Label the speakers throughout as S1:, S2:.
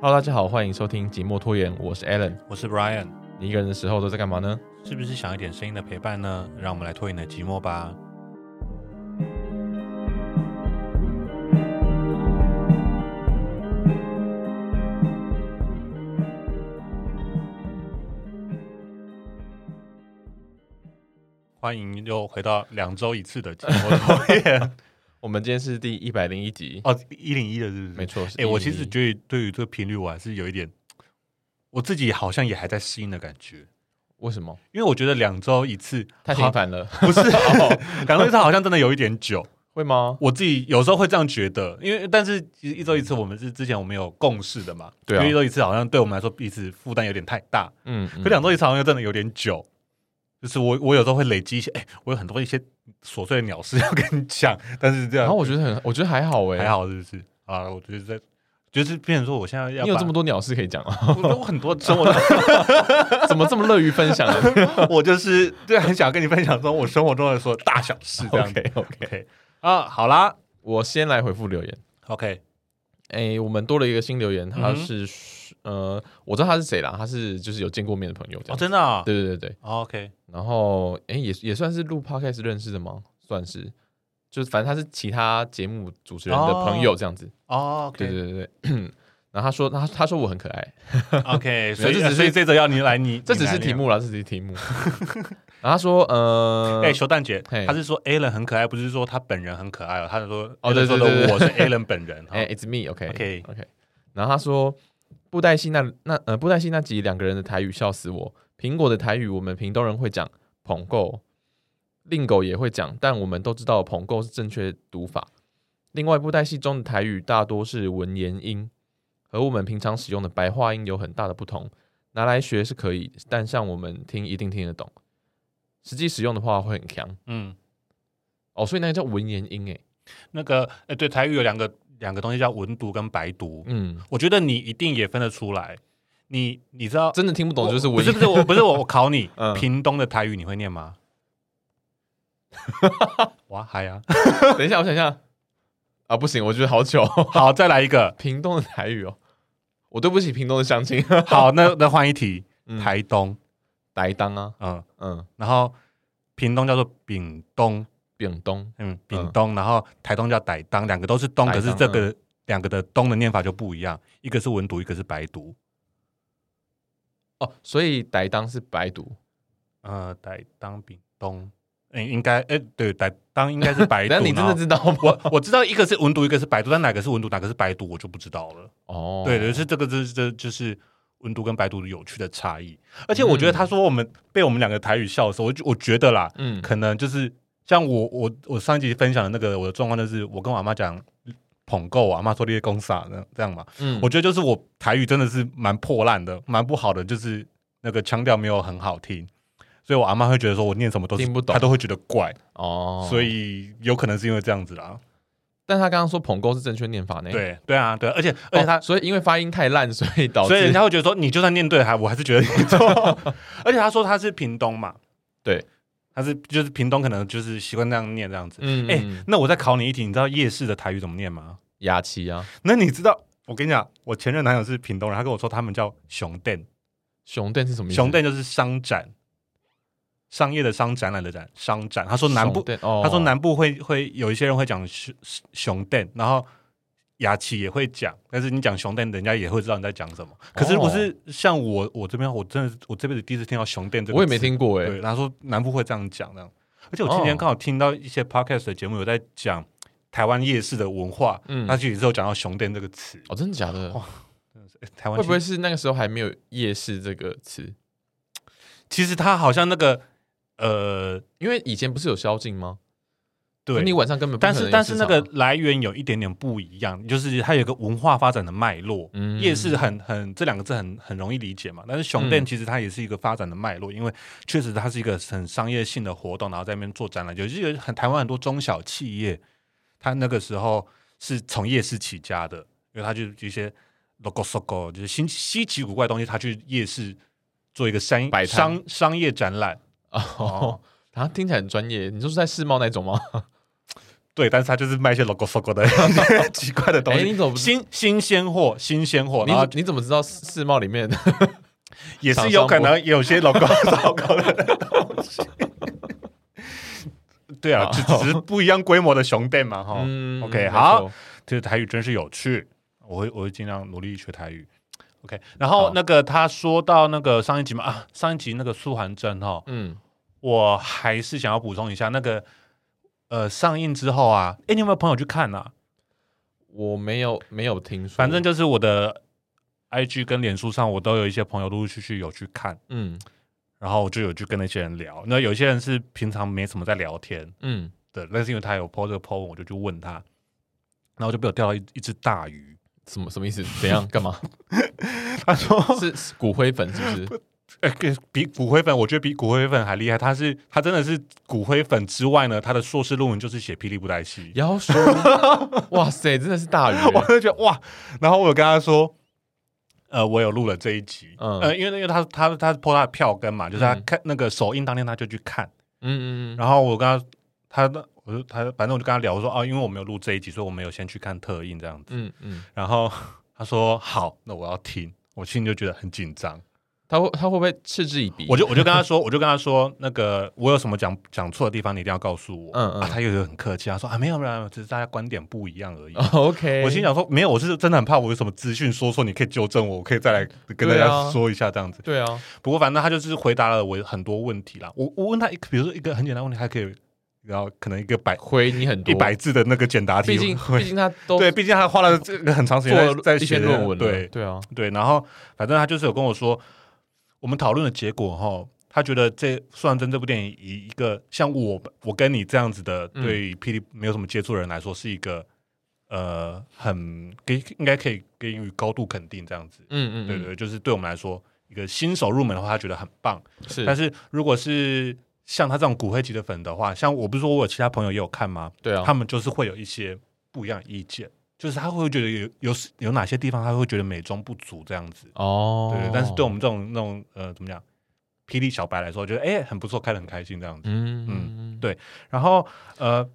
S1: Hello，大家好，欢迎收听《寂寞拖延》，我是 Alan。
S2: 我是 Brian，
S1: 你一个人的时候都在干嘛呢？
S2: 是不是想一点声音的陪伴呢？让我们来脱你的寂寞吧。欢迎又回到两周一次的寂寞 拖延
S1: 我们今天是第一百零一集，
S2: 哦，一零一的是不是？
S1: 没错。
S2: 哎、我其实觉得对于这个频率，我还是有一点，我自己好像也还在适应的感觉，
S1: 得为什么
S2: 因为我觉得两周一次
S1: 太
S2: 好
S1: 频繁了？
S2: 不是， 两周一次好像真的有一点久。
S1: 会吗？
S2: 我自己有时候会这样觉得，因为但是其实一周一次，我们是之前我们有共识的嘛，
S1: 对啊
S2: 因为一周一次好像对我们来说彼此负担有点太大，
S1: 嗯，嗯
S2: 可两周一次好像又真的有点久。就是我，我有时候会累积一些，哎、我有很多一些琐碎的鸟事要跟你讲， 但是这样
S1: 然后我觉得很，我觉得还好哎、
S2: 还好，是不是？啊，我觉得在，就是变成说，我现在要
S1: 你有
S2: 把
S1: 这么多鸟事可以讲啊？
S2: 我我很多生活中，
S1: 怎么这么乐于分享啊
S2: 我就是对很想跟你分享中我生活中的所有大小事这样子。
S1: ？OK OK，
S2: OK 啊，好啦
S1: 我先来回复留言。
S2: ，OK，
S1: 哎、我们多了一个新留言，他
S2: 嗯哼
S1: 是、呃，我知道他是谁啦，他是就是有见过面的朋友这
S2: 哦，
S1: 样。
S2: 真的、啊
S1: 对对对对，
S2: 哦、，OK，
S1: 然后哎、也也算是录 podcast 认识的吗？算是，就是反正他是其他节目主持人的朋友这样子。
S2: 哦
S1: 对对
S2: ，OK，OK，、
S1: 对对。 然后他说他他说我很可爱，
S2: 所以
S1: 这只是
S2: 所以这则要你来，你啊
S1: 这只是题。目啦，这只是题目。 然后他说呃
S2: 你来念哎，，熊蛋姐
S1: 嘿，
S2: 他是说 Alan 很可爱，不是说他本人很可爱哦，他是说
S1: 哦对
S2: Alan 说的
S1: 对对对
S2: 我是 Alan 本人。
S1: 哎、
S2: 哦
S1: i t s me，OK、
S2: OK
S1: OK。然后他说布袋戏那那呃布袋戏那集两个人的台语笑死我，苹果的台语我们屏东人会讲捧够，令狗也会讲，但我们都知道捧够是正确读法。另外，布袋戏中的台语大多是文言音，和我们平常使用的白话音有很大的不同。拿来学是可以，但像我们听一定听得懂，实际使用的话会很强
S2: 嗯，
S1: 哦。所以那个叫文言音诶，
S2: 那个，哎，对，台语有两个两个东西叫文读跟白读，
S1: 嗯，
S2: 我觉得你一定也分得出来。你你知道，
S1: 真的听不懂就是
S2: 我不
S1: 文
S2: 是
S1: 言
S2: 不是我不是我我考你
S1: 嗯，
S2: 屏东的台语你会 念吗？哇嗨呀！
S1: 等一下，我想一下啊，不行，我觉得好久。
S2: 好，再来一个。
S1: 屏东的台语哦，我对不起屏东的乡亲，
S2: 好，那那换一题，
S1: 嗯
S2: 台东，
S1: 台当啊，
S2: 嗯，
S1: 嗯，
S2: 然后屏东叫做屏东，
S1: 屏东
S2: 嗯，屏东，然后台东叫傣当，两个都是东，
S1: 傣
S2: 可
S1: 当
S2: 是这个两个的东的念法就不一样，一个是文读，一个是白读。
S1: 哦，所以台当是白读，
S2: 呃，傣当屏东，嗯，应该，哎，对，傣当应该是 白读。
S1: 那你真
S2: 然
S1: 的
S2: 后
S1: 知道吗？
S2: 我我知道一个是文读，一个是白读，但哪个是文读，哪个是白读，我就不知道了。
S1: 哦，
S2: 对，就是这个，这这就是文读跟白读有趣的差异。而且我觉得他说我们被我们两个台语笑的时候，我就我觉得啦，
S1: 嗯，
S2: 可能就是像我我我上一集分享的那个我的状况，就是我跟我阿妈讲捧够，我阿妈说你些公傻这样这样嘛。
S1: 嗯，
S2: 我觉得就是我台语真的是蛮破烂的，蛮不好的，就是那个腔调没有很好听，所以我阿妈会觉得说我念什么都是
S1: 听不懂
S2: 她都会觉得怪，
S1: 哦，
S2: 所，以有可能是因为这样子啦。
S1: 但他刚刚说捧沟是正确念法呢，哦，
S2: 对对啊，对啊，而且而且他
S1: 所以因为发音太烂，所以导致
S2: 所以人家会觉得说，你就算念对，还我还是觉得你 错。而且他说他是屏东嘛，
S1: 对，
S2: 他是就是屏东，可能就是习惯这样念这样子。
S1: 嗯，
S2: 哎、
S1: 哎，
S2: 那我再考你一题，你知道夜市的台语怎么念吗？
S1: 牙期啊，
S2: 那你知道？我跟你讲，我前任男友是屏东人，他跟我说他们叫熊店，
S1: 熊店是什么意思？
S2: 熊店就是商展，商业的商，展览的展，商展。他
S1: 说
S2: 说南部，
S1: 哦，
S2: 他说南部会会有一些人会讲熊熊店，然后雅琪也会讲，但是你讲熊店，人家也会知道你在讲什么。可是不是像我我这边，我真的是我这辈子第一次听到熊店这
S1: 哦
S2: 个，
S1: 我也没。听过哎，
S2: 对，他说南部会这样讲这样，而且我今天
S1: 哦
S2: 刚好听到一些 podcast 的节目有在讲台湾夜市的文化，
S1: 嗯
S2: 他，其实有讲到熊店这个词，
S1: 哦，真的假的？
S2: 哇诶台湾
S1: 会不会
S2: 其实
S1: 是那个时候还没有夜市这个词？
S2: 其实他好像那个呃
S1: 因为以前不是有宵禁吗？
S2: 对
S1: 你。晚上根本不
S2: 但
S1: 可能有
S2: 是但是
S1: 市
S2: 那
S1: 场
S2: 个
S1: 啊
S2: 来源有一点点不一样，就是它有一个文化发展的脉络，
S1: 嗯
S2: 夜市很很这两个字很很容易理解嘛，但是
S1: 嗯
S2: 熊店其实它也是一个发展的脉络，因为确实它是一个很商业性的活动，然后在那边做展览，就是有很台湾很多中小企业，它那个时候是从夜市起家的，因为它就是一些 logo logo 就是新稀奇古怪的东西，它去夜市做一个商
S1: 摆摊
S2: 商商业展览，
S1: 啊 哦，他听起来很专业。你说是在世贸那种吗？
S2: 对，但是他就是卖一些 logo fogo 的奇怪的东
S1: 哎、
S2: 西，
S1: 你 怎么不知
S2: 新新鲜货，新鲜货，
S1: 你
S2: 然后
S1: 你怎么知道世世贸里面的？
S2: 也是有可能有些 logo logo 的东西。对啊，就只是不一样规模的熊店嘛，哈。
S1: 哦 嗯
S2: 哦 OK，
S1: 没
S2: 好
S1: 错
S2: 这个台语真是有趣，我会我会尽量努力学台语。OK，然后
S1: 好
S2: 那个他说到那个上一集嘛啊，上一集那个苏涵真哈，
S1: 嗯，
S2: 我还是想要补充一下那个呃上映之后啊，哎，你有没有朋友去看啊？
S1: 我没有没有听说，
S2: 反正就是我的 IG 跟脸书上，我都有一些朋友陆陆续续有去看，
S1: 嗯
S2: 然后我就有去跟那些人聊。那有些人是平常没什么在聊天
S1: 嗯，
S2: 的，但是因为他有 po 这个 po 文，我就去问他，然后就被我钓到一一只大鱼。
S1: 什么什么意思？怎样？干 嘛？
S2: 他说
S1: 是是骨灰粉是不是？
S2: 呃，跟比骨灰粉，我觉得比骨灰粉还厉害。他是他真的是骨灰粉之外呢，他的硕士论文就是写霹雳布袋戏。
S1: 妖说，哇塞，真的是大鱼欸，
S2: 我就觉得哇，然后我有跟他说，呃，我有录了这一集，
S1: 嗯
S2: 呃，因为因为他他他破他的票根嘛，就是他
S1: 嗯
S2: 看、那个首映当天他就去看，
S1: 嗯嗯嗯，
S2: 然后我跟他他我就他反正我就跟他聊我说哦，因为我没有录这一集，所以我没有先去看特映这样子。
S1: 嗯嗯，
S2: 然后他说好，那我要听，我心里就觉得很紧张。
S1: 他会他会不会嗤之以鼻？
S2: 我就我就跟他说，我就跟他说，那个我有什么讲讲错的地方，你一定要告诉我。
S1: 嗯嗯
S2: 啊，他又有很客气，他说啊没有没有，只是大家观点不一样而已。
S1: 哦 OK，
S2: 我心想说没有，我是真的很怕我有什么资讯说错，你可以纠正我，我可以再来跟大
S1: 对啊
S2: 家说一下这样子。
S1: 对啊，
S2: 不过反正他就是回答了我很多问题啦。我我问他一个，比如说一个很简单的问题，他可以，然后可能一个百
S1: 回你很多，
S2: 一百字的那个简答题，
S1: 毕竟
S2: 会
S1: 毕竟他都
S2: 对，毕竟他花了这个很长时
S1: 做
S2: 间在
S1: 了
S2: 在
S1: 一
S2: 写
S1: 篇论文了，
S2: 对
S1: 对啊，
S2: 对，然后反正他就是有跟我说，我们讨论的结果哈，他觉得这《苏然真》这部电影以一个像我我跟你这样子的
S1: 嗯
S2: 对霹雳没有什么接触的人来说，是一个呃很给应该可以给予高度肯定这样子。
S1: 嗯嗯，
S2: 对对，就是对我们来说，一个新手入门的话，他觉得很棒。
S1: 对，是，
S2: 但是如果是像他这种骨灰级的粉的话，像我不是说我有其他朋友也有看吗？
S1: 对啊，
S2: 他们就是会有一些不一样的意见，就是他会觉得有有有哪些地方他会觉得美中不足这样子，
S1: 哦，
S2: 对对。但是对我们这种那种呃怎么讲，霹雳小白来说，觉得哎、很不错，开的很开心这样子。
S1: 嗯
S2: 嗯
S1: 嗯，
S2: 对然后呃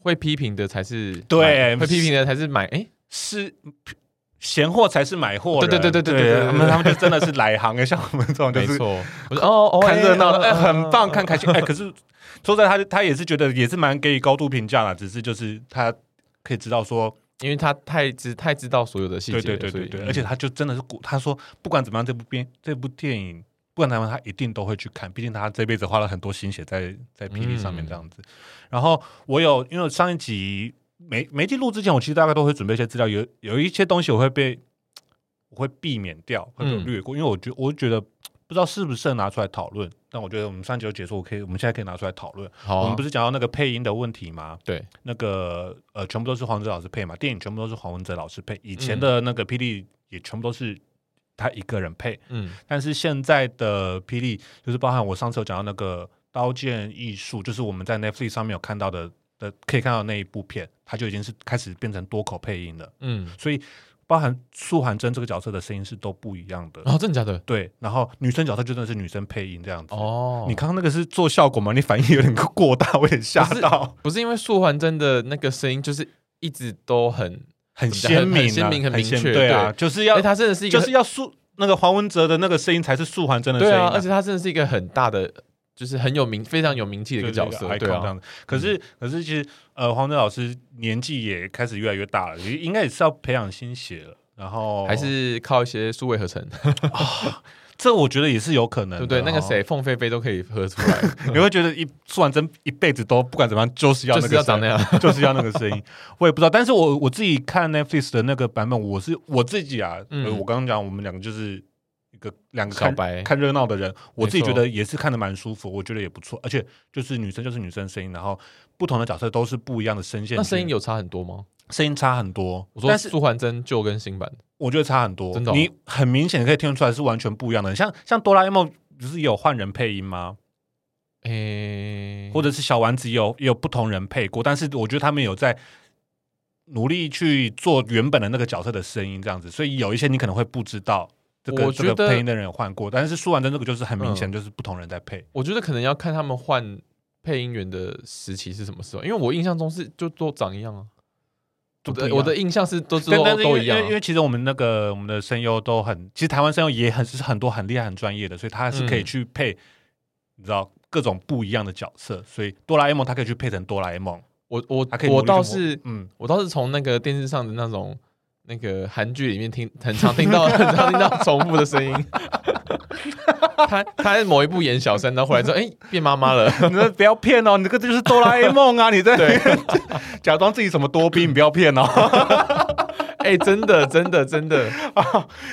S1: 会批评的才是
S2: 对哎
S1: 买会批评的才是买，哎，
S2: 是。闲货才是买货人，
S1: 对对对对对对对
S2: 他们他们就真的是来行 的，像我们这种就
S1: 没
S2: 是
S1: 错，我说哦哦，
S2: 看热闹的，
S1: 的，
S2: 哎，很棒，
S1: 嗯
S2: 看开心，哎，可是说实在他他也是觉得也是蛮给予高度评价啦，只是就是他可以知道说
S1: 因为他太知太知道所有的细节
S2: 对
S1: 了，
S2: 对对对
S1: 所以嗯
S2: 对，而且他就真的是鼓，他说不管怎么样，这部片这部电影，不管怎么样，他一定都会去看，毕竟他这辈子花了很多心血在在霹雳上面
S1: 嗯
S2: 这样子。然后我有因为上一集每每一集录之前，我其实大概都会准备一些资料，有有一些东西我会被我会避免掉，会被
S1: 嗯
S2: 略过，因为我觉我觉得不知道适不适合拿出来讨论。但我觉得我们上集有解说，我可以我们现在可以拿出来讨论。
S1: 好啊，
S2: 我们不是讲到那个配音的问题吗？
S1: 对，
S2: 那个呃，全部都是黄文哲老师配嘛，电影全部都是黄文哲老师配，以
S1: 嗯
S2: 前的那个霹雳也全部都是他一个人配，
S1: 嗯
S2: 但是现在的霹雳就是包含我上次有讲到那个《刀剑艺术》，就是我们在 Netflix 上面有看到的的可以看到那一部片，它就已经是开始变成多口配音了，
S1: 嗯，
S2: 所以包含苏涵真这个角色的声音是都不一样的，
S1: 然后哦真的假的？
S2: 对，然后女生角色就真的是女生配音这样子。
S1: 哦，
S2: 你刚刚那个是做效果吗？你反应有点过大，我有点吓
S1: 不是
S2: 到，
S1: 不是因为素环真的那个声音就是一直都很，
S2: 很
S1: 怎么讲
S2: 鲜明、啊，
S1: 很鲜明很明
S2: 鲜
S1: 确
S2: 对啊，
S1: 对
S2: 就是
S1: 因
S2: 要
S1: 为他真的是一个
S2: 就是要素那个黄文哲的那个声音才是素环真的声
S1: 对
S2: 音、
S1: 啊，而且他真的是一个很大的，就是很有名、非常有名气的一个角色，
S2: 对
S1: 对
S2: 这
S1: 啊，
S2: 样子。可是，可是其实，呃，黄哲老师年纪也开始越来越大了，也应该也是要培养新血了。然后
S1: 还是靠一些数位合成，
S2: 这，我觉得也是有可能
S1: 对
S2: 的，
S1: 不对？那个
S2: 哦，
S1: 谁，凤飞飞都可以合出来，
S2: 你会觉得一素环真一辈子都不管怎么样，就是 要
S1: 就
S2: 那
S1: 是
S2: 个
S1: 要长
S2: 声音
S1: 那样。
S2: 就是要那个声音，我也不知道。但是我我自己看 Netflix 的那个版本，我是我自己啊，
S1: 嗯
S2: 呃我刚刚讲我们两个就是一个两个
S1: 小
S2: 看
S1: 白
S2: 看热闹的人，我自己
S1: 没
S2: 觉
S1: 错
S2: 得也是看的蛮舒服，我觉得也不错。而且就是女生就是女生声音，然后不同的角色都是不一样的声线去，
S1: 那声音有差很多吗？
S2: 声音差很多。
S1: 我
S2: 但
S1: 说
S2: 是
S1: 苏环真旧跟新版，
S2: 我觉得差很多，
S1: 真的哦
S2: 你很明显可以听得出来是完全不一样的。像像哆啦 A 梦不是也有换人配音吗？
S1: 诶，
S2: 或者是小丸子也有也有不同人配过，但是我觉得他们有在努力去做原本的那个角色的声音这样子，所以有一些你可能会不知道这个
S1: 我
S2: 这
S1: 觉
S2: 个
S1: 得
S2: 配音的人有换过，但是舒完真这个就是很明显
S1: 嗯
S2: 就是不同人在配，
S1: 我觉得可能要看他们换配音员的时期是什么时候？因为我印象中是就都长一样啊，
S2: 都
S1: 我
S2: 不一
S1: 的
S2: 样
S1: 我的印象是都
S2: 但
S1: 都
S2: 但是因
S1: 都
S2: 为
S1: 一
S2: 因
S1: 样
S2: 为
S1: 啊、
S2: 因为其实我们那个我们的声优都很，其实台湾声优也很是很多很厉害很专业的，所以他是可以
S1: 嗯
S2: 去配，你知道各种不一样的角色，所以哆啦 A 梦他可以去配成哆啦 A 梦，
S1: 我我
S2: 他可以
S1: 我
S2: 努力去
S1: 倒
S2: 磨
S1: 是
S2: 嗯，
S1: 我倒是从那个电视上的那种那个韩剧里面听，很常听 到很常听到重复的声音。他他在某一部演小三，然后回来之后，哎、变妈妈 了。
S2: 你们不要骗哦，你这个就是哆啦 A 梦啊，你在
S1: 对，
S2: 假装自己什么 多兵，你不要骗哦，
S1: 哎、真的真的真的，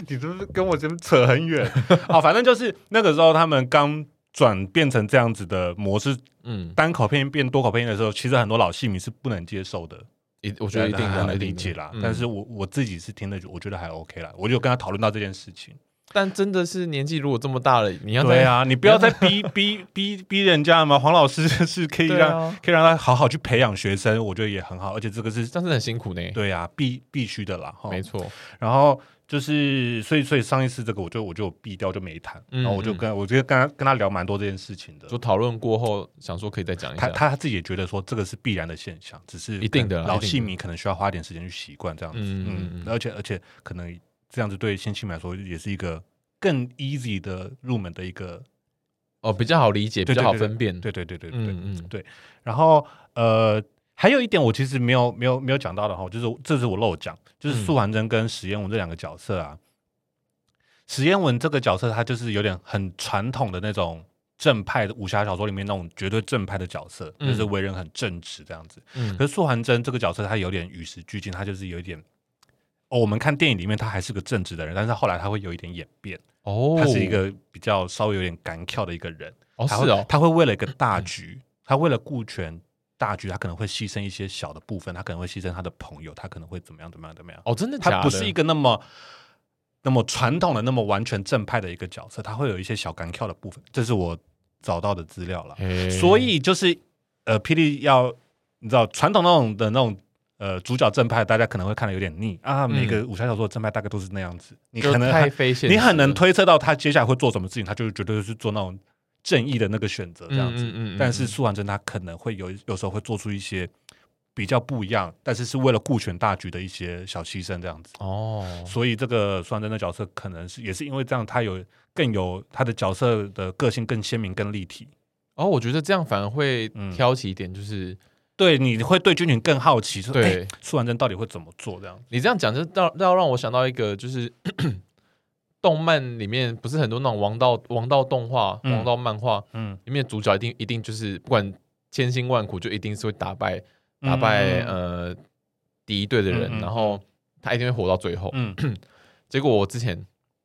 S2: 你这是跟我这边扯很远 哦，反正就是那个时候他们刚转变成这样子的模式，
S1: 嗯，
S2: 单口配音变多口配音的时候，其实很多老戏迷是不能接受的。
S1: 一我觉得一定
S2: 很
S1: 的，
S2: 能
S1: 一定
S2: 理
S1: 的
S2: 解啦。
S1: 嗯
S2: 但是我我自己是听的，我觉得还 OK 啦。我就跟他讨论到这件事情。
S1: 但真的是年纪如果这么大了，你要
S2: 对
S1: 再
S2: 啊，你不要再逼 逼逼逼人家嘛。黄老师 是可以
S1: 对
S2: 让、
S1: 啊，
S2: 可以让他好好去培养学生，我觉得也很好。而且这个是
S1: 这样是很辛苦呢。
S2: 对啊，必必须的啦。齁
S1: 没错，
S2: 然后就是，所以所以上一次这个我就我就避掉就没谈，
S1: 嗯
S2: 然后我就跟我就跟他跟他聊蛮多这件事情的。
S1: 就讨论过后，想说可以再讲一
S2: 他
S1: 下。
S2: 他自己也觉得说这个是必然的现象，只是
S1: 一定的啦
S2: 老
S1: 一定
S2: 戏
S1: 的
S2: 迷可能需要花一点时间去习惯这样子。
S1: 嗯嗯
S2: 嗯
S1: 嗯，
S2: 而且而且可能这样子对新戏迷来说也是一个更 easy 的入门的一个，
S1: 哦，比较好理解，比
S2: 对
S1: 较好
S2: 对
S1: 分辨。
S2: 对对对对对。
S1: 嗯嗯，
S2: 然后呃，还有一点我其实没有没有没有讲到的哈，就是这是我漏讲，就是
S1: 嗯
S2: 素还真跟史艳文这两个角色啊，史艳文这个角色他就是有点很传统的那种。正派的武侠小说里面那种绝对正派的角色，就是
S1: 嗯
S2: 为人很正直这样子。
S1: 嗯
S2: 可是素还真这个角色，他有点与时俱进，他就是有一点哦，我们看电影里面他还是个正直的人，但是后来他会有一点演变，
S1: 哦，
S2: 他是一个比较稍微有点敢跳的一个人，
S1: 哦
S2: 他
S1: 是
S2: 会
S1: 哦，
S2: 他会为了一个大局，他为了顾全大局，他可能会牺牲一些小的部分，他可能会牺牲他的朋友，他可能会怎么样怎么样怎么样，
S1: 哦真的假的？
S2: 他不是一个那么。那么传统的、那么完全正派的一个角色，他会有一些小敢跳的部分，这是我找到的资料了。
S1: 嘿，
S2: 所以就是呃，霹雳要你知道传统那种的那种呃主角正派，大家可能会看的有点腻啊。每个武侠小说的正派大概都是那样子，你
S1: 嗯就
S2: 可能
S1: 太
S2: 很
S1: 非现实了，
S2: 你很能推测到他接下来会做什么事情，他就是绝对是做那种正义的那个选择这样子。
S1: 嗯
S2: 但是苏完真他可能会有有时候会做出一些比较不一样，但是是为了顾全大局的一些小牺牲这样子。
S1: 哦，
S2: 所以这个苏完真的角色可能是也是因为这样，他有更有他的角色的个性更鲜明、更立体。
S1: 哦，我觉得这样反而会
S2: 嗯
S1: 挑起一点，就是、
S2: 对，你会对军群更好奇，说，哎，
S1: 对
S2: 苏完真到底会怎么做？这样，
S1: 你这样讲，就让让让我想到一个，就是 动漫里面不是很多那种王道王道动画、
S2: 嗯
S1: 王道漫画
S2: 嗯，
S1: 里面的主角一定一定就是不管千辛万苦，就一定是会打败打败、
S2: 嗯，
S1: 呃敌对的人，
S2: 嗯嗯嗯
S1: 然后他一定会活到最后。
S2: 嗯，
S1: 结果我之前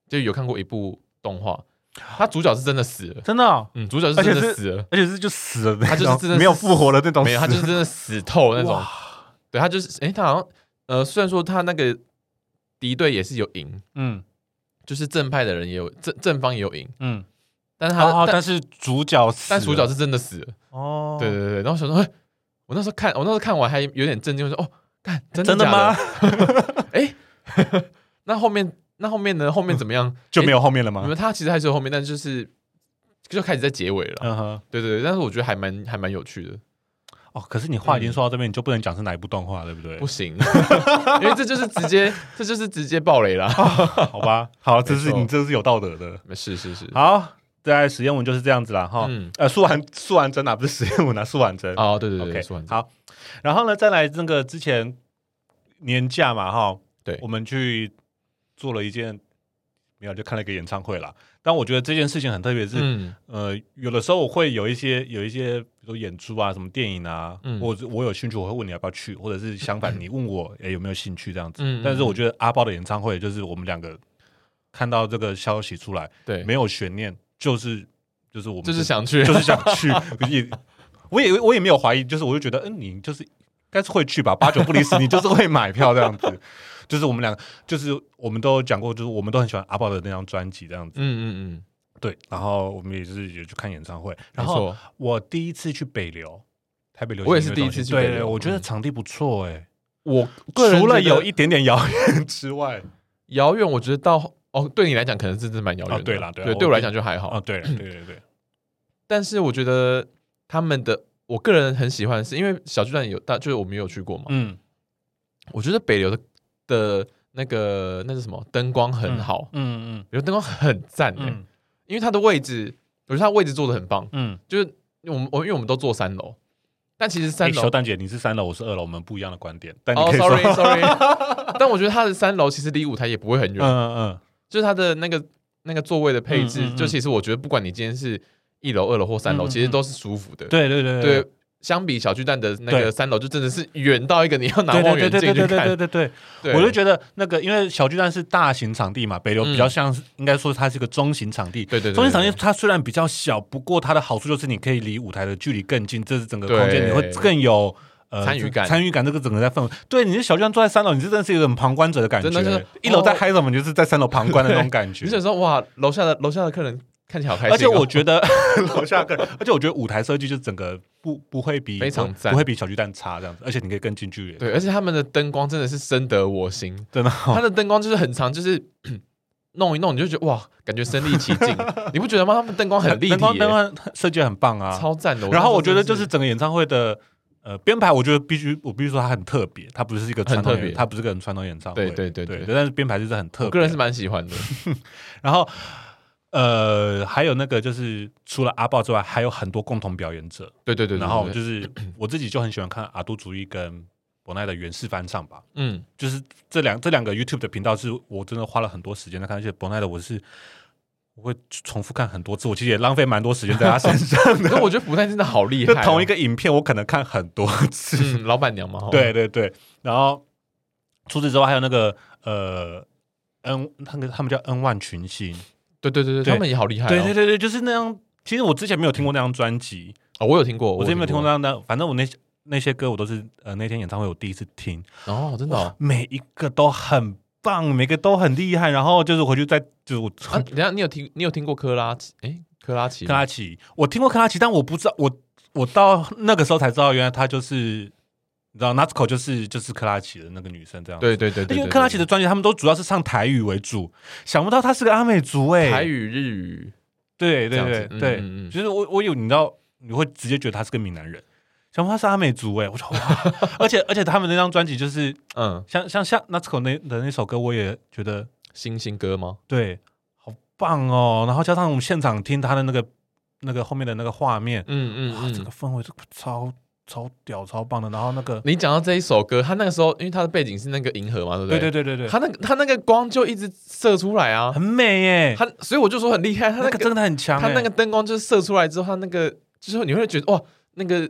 S1: 就有看过一部动画，他主角是真的死了，
S2: 真的哦，
S1: 嗯，主角是真
S2: 而且
S1: 的
S2: 是
S1: 死了，
S2: 而且是就死了那种，
S1: 他就是真的是
S2: 没有复活的那种死，
S1: 没有，他就是真的死透那种
S2: 哇。
S1: 对他就是，诶，他好像呃，虽然说他那个敌对也是有赢，
S2: 嗯
S1: 就是正派的人也有正正方也有赢，
S2: 嗯，
S1: 但是他、
S2: 哦，
S1: 但
S2: 但是主角死了，
S1: 但主角是真的死了，
S2: 哦，
S1: 对对对。对然后想说，诶我那时候看，我那时候看完还有点震惊，我说哦，看真的
S2: 真的
S1: 假
S2: 吗？？
S1: 哎， 那后面那后面呢？后面怎么样？
S2: 就没有后面了
S1: 你
S2: 吗？
S1: 们他其实还是有后面，但就是就开始在结尾了。
S2: 嗯哼，
S1: 对对对，但是我觉得还蛮还蛮有趣的。
S2: 哦，可是你话已经说到这边，你就不能讲是哪一部动画，对不对
S1: 不？ 行，因为这就是直接这就是直接暴雷啦。
S2: 好吧， 好，这是
S1: 没错
S2: 你这是有道德的。
S1: 是是是，
S2: 好，在实验文就是这样子了哈。
S1: 嗯，
S2: 呃，苏完苏完真啊，不是实验文啊， 苏完真
S1: 哦，对对对
S2: OK，
S1: 对，说完
S2: 好，然后呢，再来那个之前年假嘛，哈，
S1: 对
S2: 我们去做了一件，没有就看了一个演唱会啦。但我觉得这件事情很特别是，
S1: 嗯，
S2: 呃，有的时候我会有一些有一些，比如说演出啊，什么电影啊，
S1: 嗯
S2: 我我有兴趣，我会问你要不要去，或者是相 反，你问我诶有没有兴趣这样子。
S1: 嗯嗯
S2: 但是我觉得阿豹的演唱会，就是我们两个看到这个消息出来，
S1: 对，
S2: 没有悬念，就是就是我们
S1: 就是
S2: 自己
S1: 想去，
S2: 就是想去，也我也我也没有怀疑，就是我就觉得，嗯，你就是应该是会去吧，八九不离十，你就是会买票这样子。 就是我们两个，就是我们都讲过，就是我们都很喜欢阿豹的那张专辑这样子。
S1: 嗯嗯
S2: 对，然后我们也是也去看演唱会。
S1: 嗯，没
S2: 然后
S1: 错，
S2: 我第一次去北流，台北流行
S1: 我也是
S2: 音乐
S1: 第一
S2: 中心
S1: 次去
S2: 对
S1: 北
S2: 对
S1: 流
S2: 我觉得
S1: 嗯
S2: 场地不错哎、
S1: 我个人
S2: 除了
S1: 觉得
S2: 有一点点遥远之外，
S1: 遥远，我觉得到哦，对你来讲可能真的蛮遥远
S2: 哦
S1: 的，
S2: 对啦对
S1: 对
S2: 啦我
S1: 对我来讲就还好
S2: 哦，，对对对对，
S1: 但是我觉得他们的我个人很喜欢的是，因为小巨蛋有大，就是我们也有去过嘛。
S2: 嗯，
S1: 我觉得北流的的那个那是什么灯光很好，
S2: 嗯嗯
S1: 比如灯光很赞、欸，
S2: 嗯
S1: 因为它的位置，我觉得它位置做的很棒，
S2: 嗯。
S1: 就是我们我因为我们都坐三楼，但其实三
S2: 哎
S1: 楼
S2: 小蛋姐，你是三楼，我是二楼，我们不一样的观点，但你
S1: 哦
S2: 可以说，
S1: ，sorry sorry，但我觉得它的三楼其实离舞台也不会很
S2: 嗯
S1: 远，
S2: 嗯
S1: 就是它的那个那个座位的配置，
S2: 嗯嗯嗯
S1: 就其实我觉得不管你今天是一楼、二楼或三楼，
S2: 嗯嗯嗯
S1: 其实都是舒服的，
S2: 嗯，对对对
S1: 对。相比小巨蛋的那个
S2: 对
S1: 三楼，就真的是远到一个你要拿
S2: 对
S1: 望
S2: 对
S1: 远
S2: 对
S1: 镜
S2: 对
S1: 去
S2: 对对
S1: 看
S2: 对。对对，
S1: 对
S2: 我就觉得那个，因为小巨蛋是大型场地嘛，北流
S1: 嗯
S2: 比较像是，应该说它是一个中型场地。
S1: 对对对对
S2: 中型场地
S1: 对
S2: 它虽然比较小，不过它的好处就是你可以离舞台的距离更近，这是整个
S1: 对
S2: 空间你会更有。呃
S1: 参与感
S2: 参与感，这个整个在氛围。对，你是小巨蛋坐在三楼，你是真的是一个很旁观者的感觉。
S1: 真的就是
S2: 一楼在
S1: 哦
S2: 嗨什么，你就是在三楼旁观的那种感 觉
S1: 你。想说哇，楼下的楼下的客人看起来好开心哦、
S2: 而且我觉得楼下个 人，而且我觉得舞台设计就整个不不会比
S1: 非常赞
S2: 不会比小巨蛋差这样子，而且你可以更近距 离，
S1: 对，而且他们的灯光真的是深得我心。
S2: 真的哦
S1: 它的灯光就是很长，就是 弄一弄你就觉得哇，感觉身临其 境，你不觉得吗？他们灯光很立体
S2: 灯光
S1: 耶、
S2: 灯光设计得很棒啊。
S1: 超赞的。
S2: 然后我觉
S1: 真
S2: 得
S1: 的
S2: 就是整个演唱会的呃编排，我觉得必须我必须说它很特别，它不是一个传统
S1: 很特
S2: 演，
S1: 别
S2: 它不是个很传统演唱会，
S1: 对对对
S2: 对
S1: 对，
S2: 但是编排就是很特
S1: 我个人
S2: 别
S1: 是。蛮喜欢的。
S2: 然后呃，还有那个就是除了阿豹之外，还有很多共同表演者。
S1: 对对对对对
S2: 然后
S1: 对
S2: 就是我自己就很喜欢看阿都主义跟博奈的原始翻唱吧。
S1: 嗯，
S2: 就是这两这两个 YouTube 的频道，是我真的花了很多时间在看，而且博奈的我是我会重复看很多次，我其实也浪费蛮多时间在他身上的。
S1: 可我觉得福袋真的好厉害
S2: 就
S1: 哦、
S2: 同一个影片，我可能看很多次。
S1: 嗯，老板娘嘛，吼
S2: 对对对，然后除此之外，还有那个呃。N 那个他们叫 N 万群星，
S1: 对对对对，
S2: 对
S1: 他们也好厉害、哦。
S2: 对对对对，就是那样。其实我之前没有听过那张专辑，
S1: 哦，我有听过，
S2: 我之前没有听过
S1: 到。
S2: 那样的，反正我那些那些歌我都是呃那天演唱会我第一次听，
S1: 哦，真的、哦。
S2: 每一个都很棒，每个都很厉害。然后就是回去再就是我
S1: 啊，等一下你有听你有听过科拉奇？哎、科拉奇
S2: 克
S1: 吗，
S2: 拉奇，我听过克拉奇，但我不知道我我到那个时候才知道，原来她就是你知道 Natsuko 就是就是克拉奇的那个女生这样。，
S1: 对对对对对，
S2: 因为哎克拉奇的专辑他们都主要是唱台语为主，想不到她是个阿美族哎、
S1: 对台语、日语，
S2: 对
S1: 这
S2: 对
S1: 样
S2: 对
S1: 子
S2: 对，
S1: 嗯嗯嗯
S2: 就是我我有你知道你会直接觉得她是个闽南人。想不到她是阿美族哎、我说哇！ 而且而且他们那张专辑就是
S1: 嗯，
S2: 像像像 Natsuko 那的那首歌，我也觉得
S1: 星星歌吗？
S2: 对，好棒哦！然后加上我们现场听他的那个那个后面的那个画面，
S1: 嗯
S2: 哇，这个氛围这个超超屌、超棒的。然后那个，
S1: 你讲到这一首歌，他那个时候因为他的背景是那个银河嘛，对不
S2: 对对
S1: 对
S2: 对对对，
S1: 他那个他那个光就一直射出来啊
S2: 很，美耶，
S1: 他所以我就说很厉害，他
S2: 那
S1: 那
S2: 个
S1: 个
S2: 真的很强耶，
S1: 他那个灯光就是射出来之后，他那个就是你会觉得哇，那个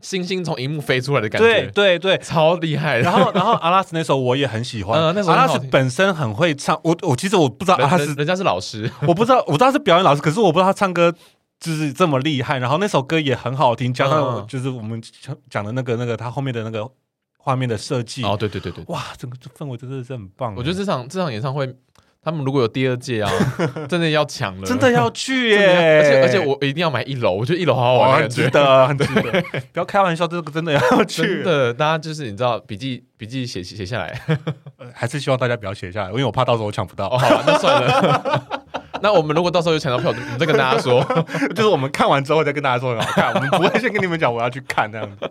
S1: 星星从荧幕飞出来的感
S2: 对
S1: 觉，
S2: 对 对。
S1: 超厉害的。
S2: 然后然后阿拉斯那首我也很喜欢，
S1: 嗯那首很
S2: 阿拉
S1: 好
S2: 斯
S1: 听
S2: 本身很会唱，我我其实我不知道阿拉
S1: 人
S2: 斯
S1: 人，人家是老师，
S2: 我不知道我知道他是表演老师，可是我不知道他唱歌。就是这么厉害，然后那首歌也很好听，加
S1: 嗯
S2: 上就是我们讲的那个那个他后面的那个画面的设计，
S1: 哦，对对对对，
S2: 哇，整个这氛围真的是很棒耶。
S1: 我觉得这场这场演唱会，他们如果有第二届 啊，真的要抢了，
S2: 真的要去
S1: 真的
S2: 耶！
S1: 要而且而且我一定要买一楼，我觉得一楼好好
S2: 哇
S1: 玩的
S2: 哦很
S1: 感觉
S2: 值。得，很值得。不要开玩笑，这个真的要
S1: 真
S2: 去。
S1: 的，大家就是你知道，笔记笔记写写下来，
S2: 呃还是希望大家不要写下来，因为我怕到时候我抢不到。
S1: 哦，好了，那算了。 那我们如果到时候有抢到票，我们再跟大家 说。
S2: 就是我们看完之后再跟大家 说很好看，我们不会先跟你们讲我要去看这 样子。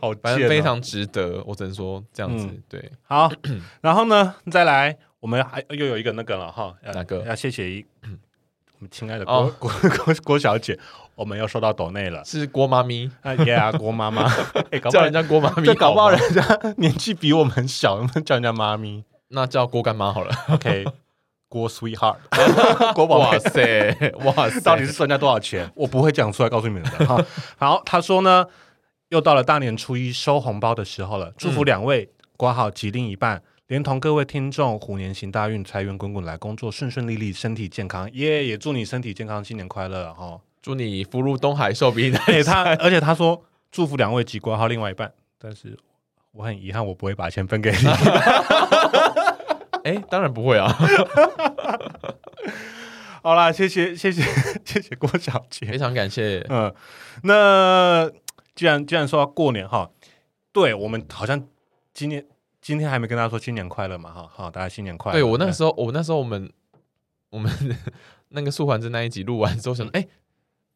S2: 好贱哦，
S1: 反正非常值得，我只能说这样子
S2: 嗯。
S1: 对，
S2: 好。然后呢，再来，我们还又有一个那个了哈，呃
S1: 哪个
S2: 要谢谢一 我们亲爱的郭
S1: 哦
S2: 郭郭郭小姐，我们又收到抖内了。
S1: 是郭妈咪
S2: 啊耶啊，郭妈妈， 哎，搞不
S1: 叫
S2: 好
S1: 人家郭妈咪，
S2: 对，搞不好
S1: 吗
S2: 人家年纪比我们小， 能不能叫人家妈咪
S1: 那叫郭干妈好了。
S2: ？OK，郭 sweetheart，郭宝
S1: 哇
S2: 贝，
S1: 塞，哇塞，
S2: 到底是算价多少钱？ 我不会讲出来告诉你们的 哈。好，他说呢，又到了大年初一收红包的时候了，祝福两位挂好吉另一半。连同各位听众，虎年行大运，财源滚滚来，工作顺顺利利，身体健康，耶、也祝你身体健康，新年快乐哈！ 哦
S1: 祝你福如东海，寿比南
S2: 而且
S1: 山。
S2: 他，而且他说祝福两位及挂号另外一半，但是我很遗憾，我不会把钱分给 你。
S1: 哎，当然不会啊，
S2: 好啦，谢谢谢谢谢谢郭小
S1: 非
S2: 姐。
S1: 常感谢。
S2: 嗯，那既然既然说到过年哈，对我们好像今年今天还没跟大家说新年快乐嘛哈，好，大家新年快乐。嗯
S1: 对我那个时候，我那时候我 们我们那个素环真那一集录完之后，想哎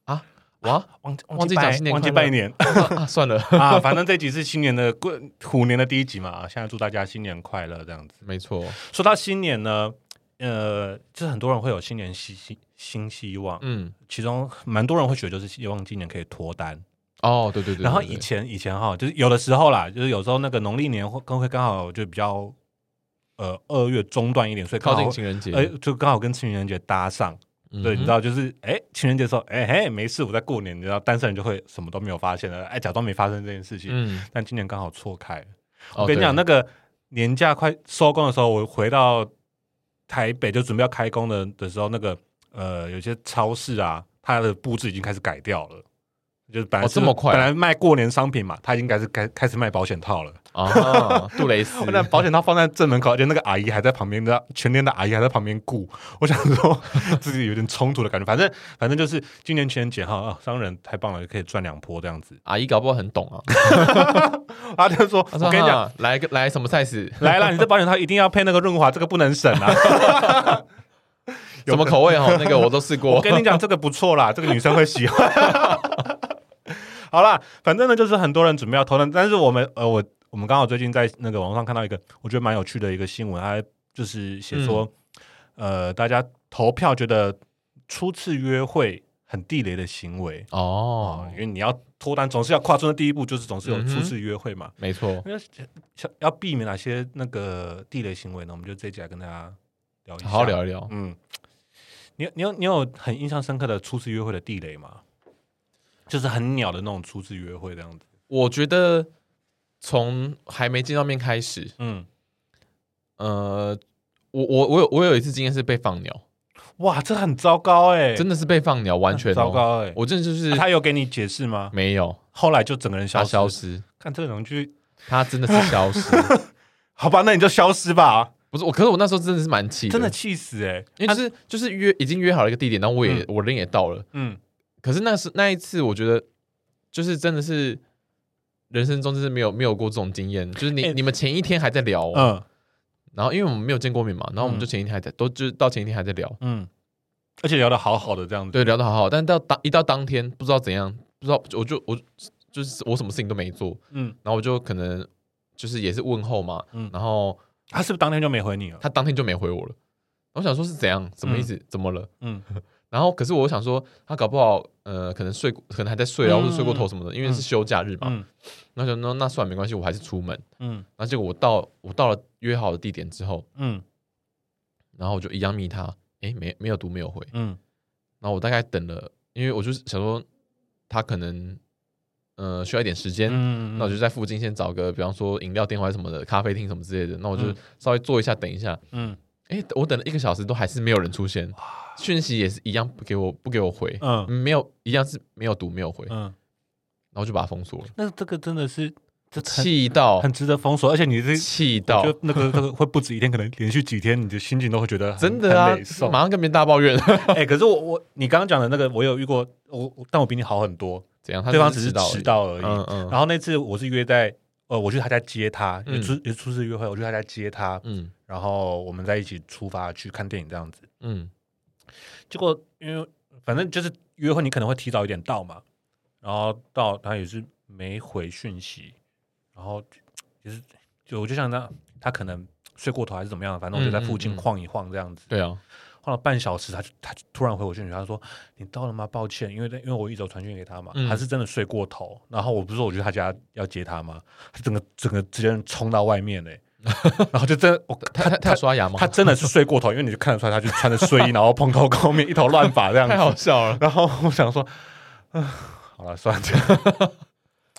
S1: 啊，哇，
S2: 忘记
S1: 忘记讲新年
S2: 忘记
S1: 快乐
S2: 拜 年
S1: 啊算了，
S2: 啊！反正这集是新年的过虎年的第一集嘛，啊现在祝大家新年快乐，这样子。
S1: 没错，
S2: 说到新年呢，呃，就是很多人会有新年希希新希望，
S1: 嗯，
S2: 其中蛮多人会觉得就是希望今年可以脱单。
S1: 哦，对对对，
S2: 然后
S1: 对
S2: 以前以前哈，就是有的时候啦，就是有时候那个农历年会跟会刚好就比较呃二月中段一点，所以
S1: 靠近
S2: 刚好
S1: 情人节，
S2: 哎，就刚好跟情人节搭上。
S1: 嗯
S2: 对，你知
S1: 哼，
S2: 道，就是哎，情人节的时候，哎嘿，没事，我在过年，你知道，单身人就会什么都没有发现了，哎，假装没发生这件事情。
S1: 嗯，
S2: 但今年刚好错开了，
S1: 哦
S2: 我跟你讲，
S1: 对
S2: 那个年假快收工的时候，我回到台北就准备要开工的的时候，那个呃，有些超市啊，它的布置已经开始改掉了。就是本来
S1: 哦
S2: 是、
S1: 这么快啊
S2: 本来卖过年商品嘛，它已经开始开开始卖保险套了。
S1: 啊，杜蕾斯
S2: 那 保险套放在正门口，而且那个阿姨还在旁边，的全年的阿姨还在旁边顾。我想说自己有点冲突的感觉，反正 反正就是今年情人节哈，啊商人太棒了，可以赚两波这样子。啊
S1: 阿姨搞不好很懂啊，
S2: 他就说，
S1: 她说
S2: 我跟你讲，
S1: 哈来个来什么赛事，
S2: 来啦，你这保险套一定要配那个润滑，这个不能省啊。
S1: 什么口味哦，那个我都试
S2: 我
S1: 过，
S2: 跟你讲，这个不错啦， 这个女生会喜欢。 好啦，反正呢，就是很多人准备要投单，但是我们呃，我我们刚好最近在那个网络上看到一个我觉得蛮有趣的一个新闻，它就是写
S1: 嗯
S2: 说，呃，大家投票觉得初次约会很地雷的行为哦
S1: 哦，，
S2: 因为你要脱单，总是要跨出那第一步，就是总是有初次约会嘛。
S1: 没错，
S2: 那要要避免哪些那个地雷行为呢？我们就这一集来跟大家聊一下，
S1: 好好聊一 聊。
S2: 嗯，你有你有你有很印象深刻的初次约会的地雷吗？就是很鸟的那种初次约会这样子。
S1: 我觉得从还没见到面开始，
S2: 嗯，
S1: 呃，我我我有我有一次经验是被放鸟，
S2: 哇，这很糟糕哎、
S1: 真的是被放鸟，完全
S2: 很糟
S1: 哦，
S2: 糕哎、
S1: 我真的就是
S2: 啊他有给你解释吗？
S1: 没有，
S2: 后来就整个人消
S1: 他
S2: 失。
S1: 消失，
S2: 看这种剧，
S1: 他真的是消 失，
S2: 好吧，那你就消失吧，
S1: 不是我，可是我那时候真的是蛮气，
S2: 真的，气死哎、
S1: 因为就是就是约已经约好了一个地点，然后我也我人也到了，
S2: 嗯，
S1: 可是那是那一次，我觉得就是真的是人生中就是没有没有过这种经验，就是你
S2: 哎
S1: 你们前一天还在聊哦，
S2: 嗯
S1: 然后因为我们没有见过面嘛，然后我们就前一天还在都就是到前一天还在聊。
S2: 嗯，而且聊得好好的这样子。
S1: 对，聊得好好，但到当一到当天，不知道怎样，不知道我就我就是我什么事情都没做，
S2: 嗯，
S1: 然后我就可能就是也是问候嘛，
S2: 嗯
S1: 然后
S2: 他是不是当天就没回你了？
S1: 他当天就没回我了，我想说是怎样，什么意思，怎么了？
S2: 嗯
S1: 然后可是我想说他搞不好呃可能睡可能还在睡啊，
S2: 嗯
S1: 或者睡过头什么的，因为是休假日嘛，
S2: 嗯
S1: 然后想那那算了没关系，我还是出门。
S2: 嗯
S1: 然后结果我到我到了约好的地点之后，
S2: 嗯
S1: 然后我就一样密他，诶，没没有读没有回，
S2: 嗯
S1: 然后我大概等了，因为我就是想说他可能呃需要一点时间，
S2: 嗯
S1: 那我就在附近先找个，比方说饮料店或者什么的咖啡厅什么之类的，那我就
S2: 嗯
S1: 稍微坐一下，等一下。
S2: 嗯
S1: 诶，我等了一个小时都还是没有人出现，讯息也是一样不给我不给我回，
S2: 嗯
S1: 没有一样是没有读没有回，然
S2: 嗯，
S1: 后就把它封锁了，
S2: 那这个真的是这很
S1: 气到
S2: 很值得封锁，而且你这
S1: 气到
S2: 就那个那个会不止一天，可能连续几天，你的心情都会觉得很
S1: 真的啊
S2: 很累，受。
S1: 马上跟别人大抱怨，
S2: 哎，可是我我你刚刚讲的那个，我有遇过，我我但我比你好很多，
S1: 怎样？他
S2: 对方只是
S1: 迟到而已，
S2: 迟到而已。
S1: 嗯嗯
S2: 然后那次我是约在呃，我去他家接他，
S1: 嗯
S2: 也出也初次约会，我去他家接他，
S1: 嗯
S2: 然后我们在一起出发去看电影这样子。
S1: 嗯
S2: 结果因为反正就是约会，你可能会提早一点到嘛，然后到他也是没回讯息，然后就是就我就想他他可能睡过头还是怎么样，反正我就在附
S1: 嗯嗯
S2: 近
S1: 嗯
S2: 晃一晃这样子。
S1: 对啊，
S2: 晃了半小时，他就他就突然回我讯息，他说：“你到了吗？抱歉，因为因为我一直有传讯给他嘛，
S1: 嗯
S2: 他是真的睡过头。然后我不是说我去他家要接他 吗？他整个整个直接冲到外面嘞、欸然后就真的我
S1: 他他他有刷牙吗
S2: 他？真的是睡过头，因为你就看得出来，他就穿着睡 衣，然后蓬头垢面，一头乱发这样子
S1: 太。好笑了！
S2: 然后我想说，啊，好了，算了 这样，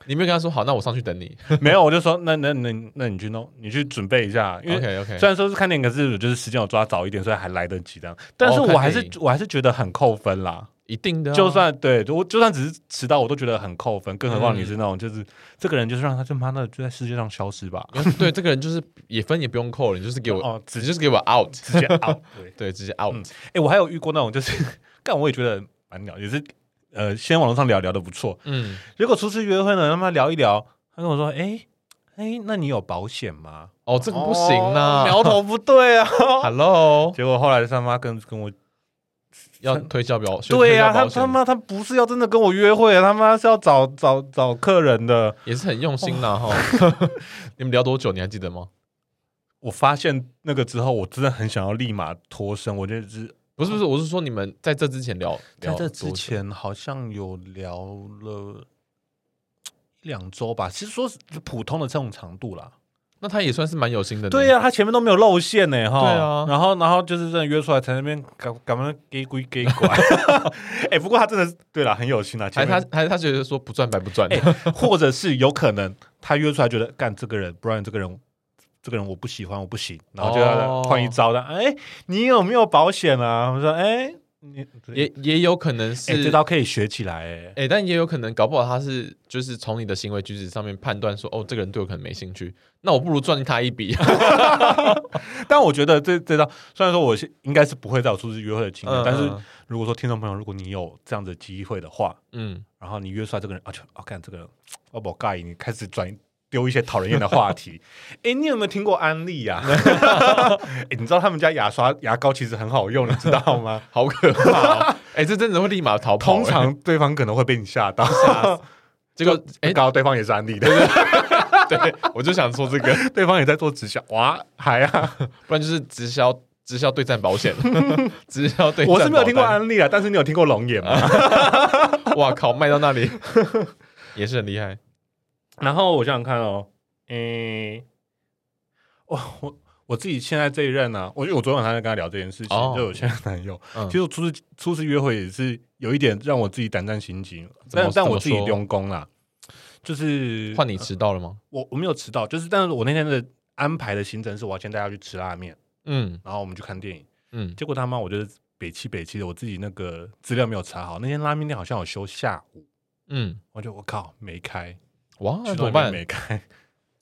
S1: 你没有跟他说好，那我上去等你。
S2: 没有，我就说那那那那你去弄，你去准备一下，因为
S1: OK OK，
S2: 虽然说是看电影，可是我就是时间有抓早一点，所以还来得及这样。但是
S1: 哦
S2: 我
S1: 看
S2: 还是、
S1: 电
S2: 我还是觉得很扣分啦，
S1: 一定的啊，
S2: 就算对我就算只是迟到，我都觉得很扣分，更何
S1: 嗯
S2: 况你是那种就是、这个人就是让他就妈的就在世界上消失吧，
S1: 对这个人就是也分也不用扣了，你就是给我，
S2: 哦，
S1: 直接
S2: 直接
S1: 就是给我 out，
S2: 直 接 out 对。
S1: 对，直接 out，
S2: 嗯哎、我还有遇过那种就是 干，我也觉得蛮鸟，也是呃，先网络上聊聊的不错，
S1: 嗯，
S2: 结果初次约会呢，他妈聊一聊，他跟我说，哎、哎、那你有保险吗？
S1: 哦，这个不行啦
S2: 哦苗头不对啊！
S1: ，Hello，
S2: 结果后来他妈跟跟我
S1: 要推销表，宣
S2: 对
S1: 推
S2: 呀、
S1: 销
S2: 他
S1: 保
S2: 他
S1: 险
S2: 妈他不是要真的跟我约会，啊他妈是要找找找客人的。
S1: 也是很用心啦哈。 你们聊多久？你还记得吗？
S2: 我发现那个之后，我真的很想要立马脱身。我就是
S1: 不是不是，我是说你们在这之前聊，
S2: 在
S1: 聊
S2: 这
S1: 多
S2: 之
S1: 久，
S2: 前好像有聊了一两周吧，其实说是普通的这种长度啦。
S1: 那他也算是蛮有心的呢。
S2: 对呀、他前面都没有露馅呢，哈。
S1: 对啊
S2: 然后然后就是真的约出来，才那边搞搞么给鬼给拐。 哎、不过他真的是对了，很有心啊。
S1: 还
S2: 前
S1: 是
S2: 面
S1: 他还是他觉得说不赚白不赚，
S2: 哎 或者是有可能他约出来觉得干这个人，不然这个人，这个人我不喜欢，我不行，然后就要
S1: 哦
S2: 换一招的。哎、你有没有保险啊？我说，哎、你
S1: 也也有可能是
S2: 哎、这招可以学起来、哎，
S1: 哎、但也有可能，搞不好他是就是从你的行为举止上面判断说，哦，这个人对我可能没兴趣，那我不如赚他一笔。
S2: 但我觉得这这招，虽然说我是应该是不会再有出去约会的经验，
S1: 嗯
S2: 但是如果说听众朋友，如果你有这样的机会的话，
S1: 嗯，
S2: 然后你约出来这个人，啊，就啊，干这个人，我不介意，你开始转丢一些讨人厌的话 题。哎，你有没有听过安利 呀、啊？哎，你知道他们家牙刷牙膏其实很好用，你知道 吗？
S1: 好可 怕、哦！哎、这真的会立马逃跑、
S2: 通
S1: 哎
S2: 常对方可能会被你 吓到，
S1: 结果哎、
S2: 搞到对方也是安利的，
S1: 对，我就想说这个，
S2: 对方也在做直销。哇，还啊，
S1: 不然就是直销直销对战保 险，直销对战。
S2: 我是没有听过，安利啊，但是你有听过龙眼吗？
S1: 哇靠，卖到那里 也是很厉害。
S2: 然后我想想看哦，诶，我我我自己现在这一任呢、我因为我昨天晚上在跟他聊这件事情，
S1: 哦
S2: 就我现在男友，
S1: 嗯
S2: 其实我初次初次约会也是有一点让我自己胆战心惊，
S1: 怎么
S2: 但但
S1: 怎么
S2: 我自己
S1: 说
S2: 用功啦，就是
S1: 换你迟到了吗？
S2: 我我没有迟到，就是但是我那天的安排的行程是我要先带他去吃拉面，
S1: 嗯
S2: 然后我们去看电影，
S1: 嗯，
S2: 结果他妈我就是北七北七的，我自己那个资料没有查好，那天拉面店好像有休下午，
S1: 嗯，
S2: 我就我靠没开，
S1: 哇，
S2: 去
S1: 那怎
S2: 到
S1: 么办？
S2: 那边没开。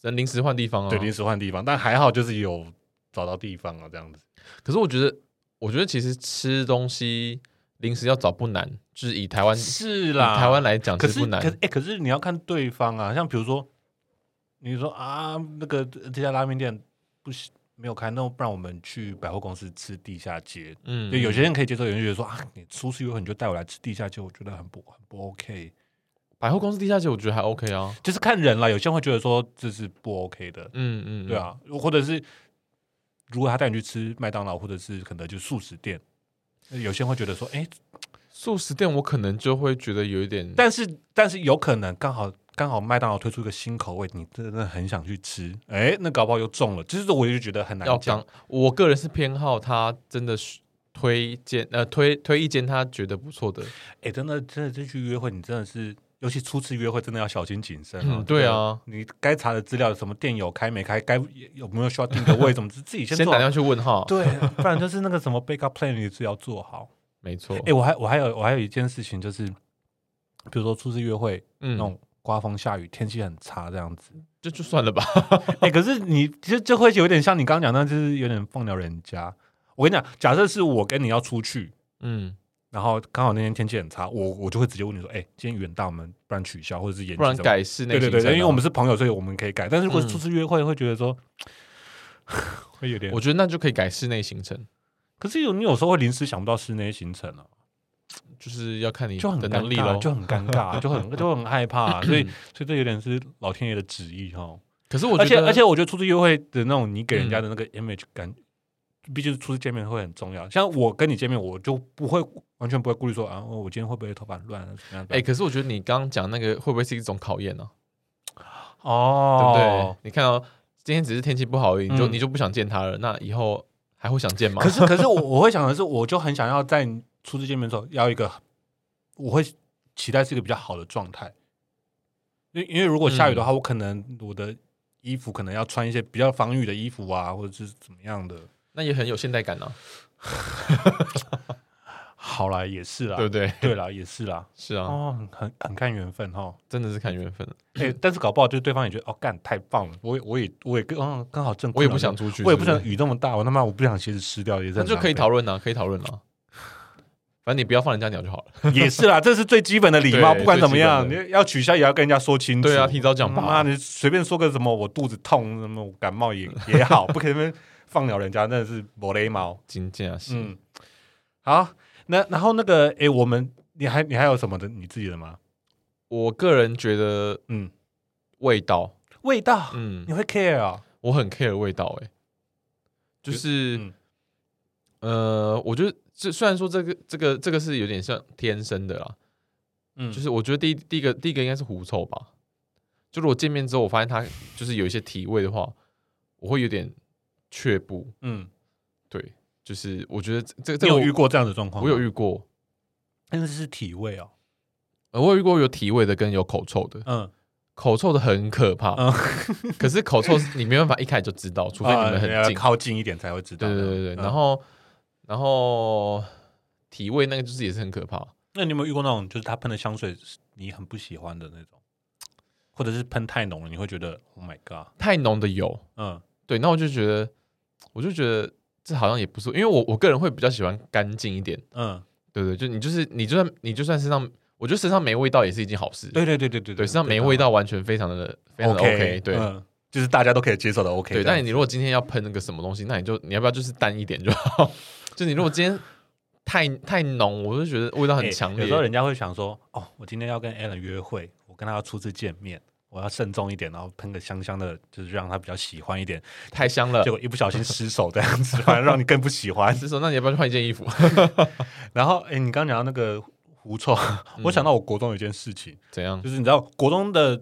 S1: 人临时换地方啊。
S2: 对，临时换地方，但还好就是有找到地方啊，这样子。
S1: 可是我觉得，我觉得其实吃东西临时要找不难，就是以台湾
S2: 是
S1: 以嗯台湾，来讲
S2: 可
S1: 其
S2: 是
S1: 实不难
S2: 可。是哎、可是你要看对方啊，像比如说，你说啊，那个这家拉面店不行，没有开，那不然我们去百货公司吃地下街。
S1: 嗯
S2: 就有些人可以接受，有人觉得说啊，你出去以后你就带我来吃地下街，我觉得很不很不 OK，
S1: 百货公司地下街我觉得还 OK 啊。
S2: 就是看人啦。有些人会觉得说这是不 OK 的，
S1: 嗯嗯，嗯
S2: 对，啊，或者是如果他带你去吃麦当劳或者是肯德基素食店，有些人会觉得说，哎、
S1: 素食店我可能就会觉得有一点，
S2: 但是但是有可能刚好刚好麦当劳推出一个新口味，你真的很想去吃，哎，那搞不好又中了。其实我就觉得很
S1: 要
S2: 难讲
S1: 刚，，我个人是偏好他真的是推荐呃推推一间他觉得不错的。
S2: 哎，真的真的这去约会，你真的是。尤其初次约会，真的要小心谨慎、
S1: 嗯对啊，
S2: 你该查的资料，什么店有开没开，该有没有需要订个位，怎么自己先
S1: 先
S2: 做
S1: 打
S2: 好
S1: 电话去问哈，
S2: 对，不然就是那个什么 backup plan，你自己要做好。
S1: 没错
S2: 哎、。我还我还有我还有一件事情，就是比如说初次约会那
S1: 嗯，
S2: 种刮风下雨，天气很差这样子，
S1: 这就算了吧。
S2: 哎、可是你就就会有点像你刚刚讲那，就是有点放鸟人家。我跟你讲，假设是我跟你要出去，
S1: 嗯，
S2: 然后刚好那天天气很差，我我就会直接问你说，哎、今天远大，我们不然取消，或者是延期，
S1: 不然。改室内
S2: 对
S1: 行
S2: 对
S1: 程
S2: 对，
S1: 啊
S2: 因为我们是朋友，所以我们可以改。但是如果
S1: 嗯
S2: 初次约会，会觉得说、 会有点
S1: 我。觉得那就可以改室内行程，
S2: 可是有你有时候会临时想不到室内行程啊，
S1: 就是要看你
S2: 就很
S1: 嗯的
S2: 尴
S1: 能力
S2: 尬，
S1: 咯。
S2: 就很尴尬，就很就很害怕、啊 所以所以这有点是老天爷的旨意哦哈、
S1: 可是我
S2: 而
S1: 觉
S2: 且
S1: 得，
S2: 而且我觉得初嗯次约会的那种你给人家的那个 image 感，毕竟初次见面会很重要。像我跟你见面，我就不会完全不会顾虑说啊，我今天会不会头发乱啊？怎么样？
S1: 哎、可是我觉得你刚刚讲那个会不会是一种考验呢、啊对不对？
S2: 哦，
S1: 你看哦，今天只是天气不好而已，你就、
S2: 嗯
S1: 你就不想见他了，那以后还会想见吗？
S2: 可是可是我我会想的是，我就很想要在你初次见面的时候要一个，我会期待是一个比较好的状态。因为因为如果下雨的话，我可能我的衣服可能要穿一些比较防雨的衣服啊，或者是怎么样的。
S1: 那也很有现代感啊，
S2: 好啦，也是啦
S1: 对，不对？
S2: 对啦，也是啦。
S1: 是啊，
S2: 啊哦，很很很看缘分哈。
S1: 真的是看缘分。啊
S2: 哎、但是搞不好就是对方也觉得哦，干太棒了，我也我也我也刚嗯刚好正，
S1: 我也不想，出去，
S2: 我也不
S1: 是
S2: 想
S1: 是，
S2: 雨这么大，我他妈我不想鞋子湿掉也是
S1: 那
S2: 很
S1: 就可以
S2: 浪
S1: 讨论啊，可以讨论啊。反正你不要放人家鸟就好了。
S2: 费，也是啦，这是最基本的礼貌，
S1: 对
S2: 不管怎么样，
S1: 最基
S2: 你要取消也要跟人家说清楚。
S1: 对啊，提早讲
S2: 他
S1: 吧。
S2: 妈你随便说个什么我肚子痛什么我感冒也也
S1: 啊
S2: 好，不可以那边放鸟人家，真的是没礼貌。
S1: 金价是，
S2: 嗯，好，那然后那个，哎，我们你还你还有什么的你自己的吗？
S1: 我个人觉得
S2: 嗯，
S1: 味道，
S2: 味道，
S1: 嗯
S2: 你，会 care 哦？
S1: 我很 care 味道、欸，哎，就、
S2: 就是嗯
S1: 呃，我觉得这虽然说这个这个这个是有点像天生的啦，
S2: 嗯，
S1: 就是我觉得第一第一个第一个应该是狐臭吧，就如果见面之后我发现他就是有一些体味的话，我会有点却步，
S2: 嗯，
S1: 对，就是我觉得这这
S2: 你
S1: 这个
S2: 有
S1: 我
S2: 遇过这样的状况？
S1: 呃我有遇，过，
S2: 但是是体味哦。
S1: 呃，我有遇过有体味的跟有口臭的，
S2: 嗯，
S1: 口臭的很可怕，
S2: 嗯
S1: 可是口臭是你没办法一开始就知道，除非你们很
S2: 啊要
S1: 近，
S2: 靠近一点才会知道
S1: 对
S2: 的。
S1: 对对对，
S2: 嗯
S1: 然后然后体味那个就是也是很可怕，
S2: 那你有没有遇过那种，就是他喷的香水是你很不喜欢的那种，或者是喷太浓了，你会觉得 Oh my God，
S1: 太浓的有，
S2: 嗯
S1: 对，那我就觉得我就觉得这好像也不是，因为我我个人会比较喜欢干净一点，
S2: 嗯，
S1: 对对，就你就是你就算你就算身上，我觉得身上没味道也是一件好事，
S2: 对对对对对
S1: 对，身上没味道完全非常的非常的 OK，对。
S2: 嗯就是大家都可以接受的 OK 这
S1: 对，
S2: 样。
S1: 但你如果今天要喷那个什么东西，那你就你要不要就是淡一点就好？就你如果今天太太浓，我就觉得味道很
S2: 欸
S1: 强
S2: 有
S1: 烈。
S2: 时候人家会想说，哦，我今天要跟 Alan 约会，我跟他要初次见面，我要慎重一点，然后喷个香香的，就是让他比较喜欢 一点。
S1: 太香了
S2: 结。果一不小心失手这样子，反而让你更不喜欢。
S1: 是说，那你要不要去换一件衣服？
S2: 然后，哎、你刚讲到那个狐臭，
S1: 嗯
S2: 我想到我国中有一件事情，
S1: 怎样？
S2: 就是你知道国中的，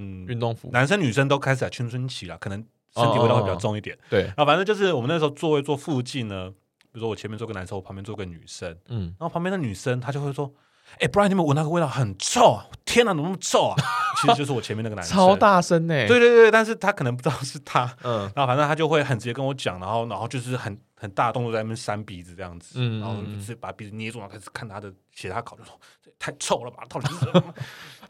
S2: 嗯，
S1: 运动服？
S2: 男生女生都开始啊青春期了，可能身体味道会比较重一点。
S1: 对，
S2: 然后反正就是我们那时候座位坐附近呢，比如说我前面坐个男生，我旁边坐个女生，
S1: 嗯，
S2: 然后旁边的女生她就会说：“哎、不然你们闻那个味道很臭啊！天哪，怎么那么臭啊？”其实就是我前面那个男 生，
S1: 超。大欸声呢。
S2: 对，对对，但是他可能不知道是他，
S1: 嗯
S2: 然后反正他就会很直接跟我讲，然后然后就是很很大动作在那边扇鼻子这样子，
S1: 嗯
S2: 然后
S1: 嗯嗯
S2: 就直接把鼻子捏住，然后开始看他的写他考就说这也太臭了吧，到底是 什么？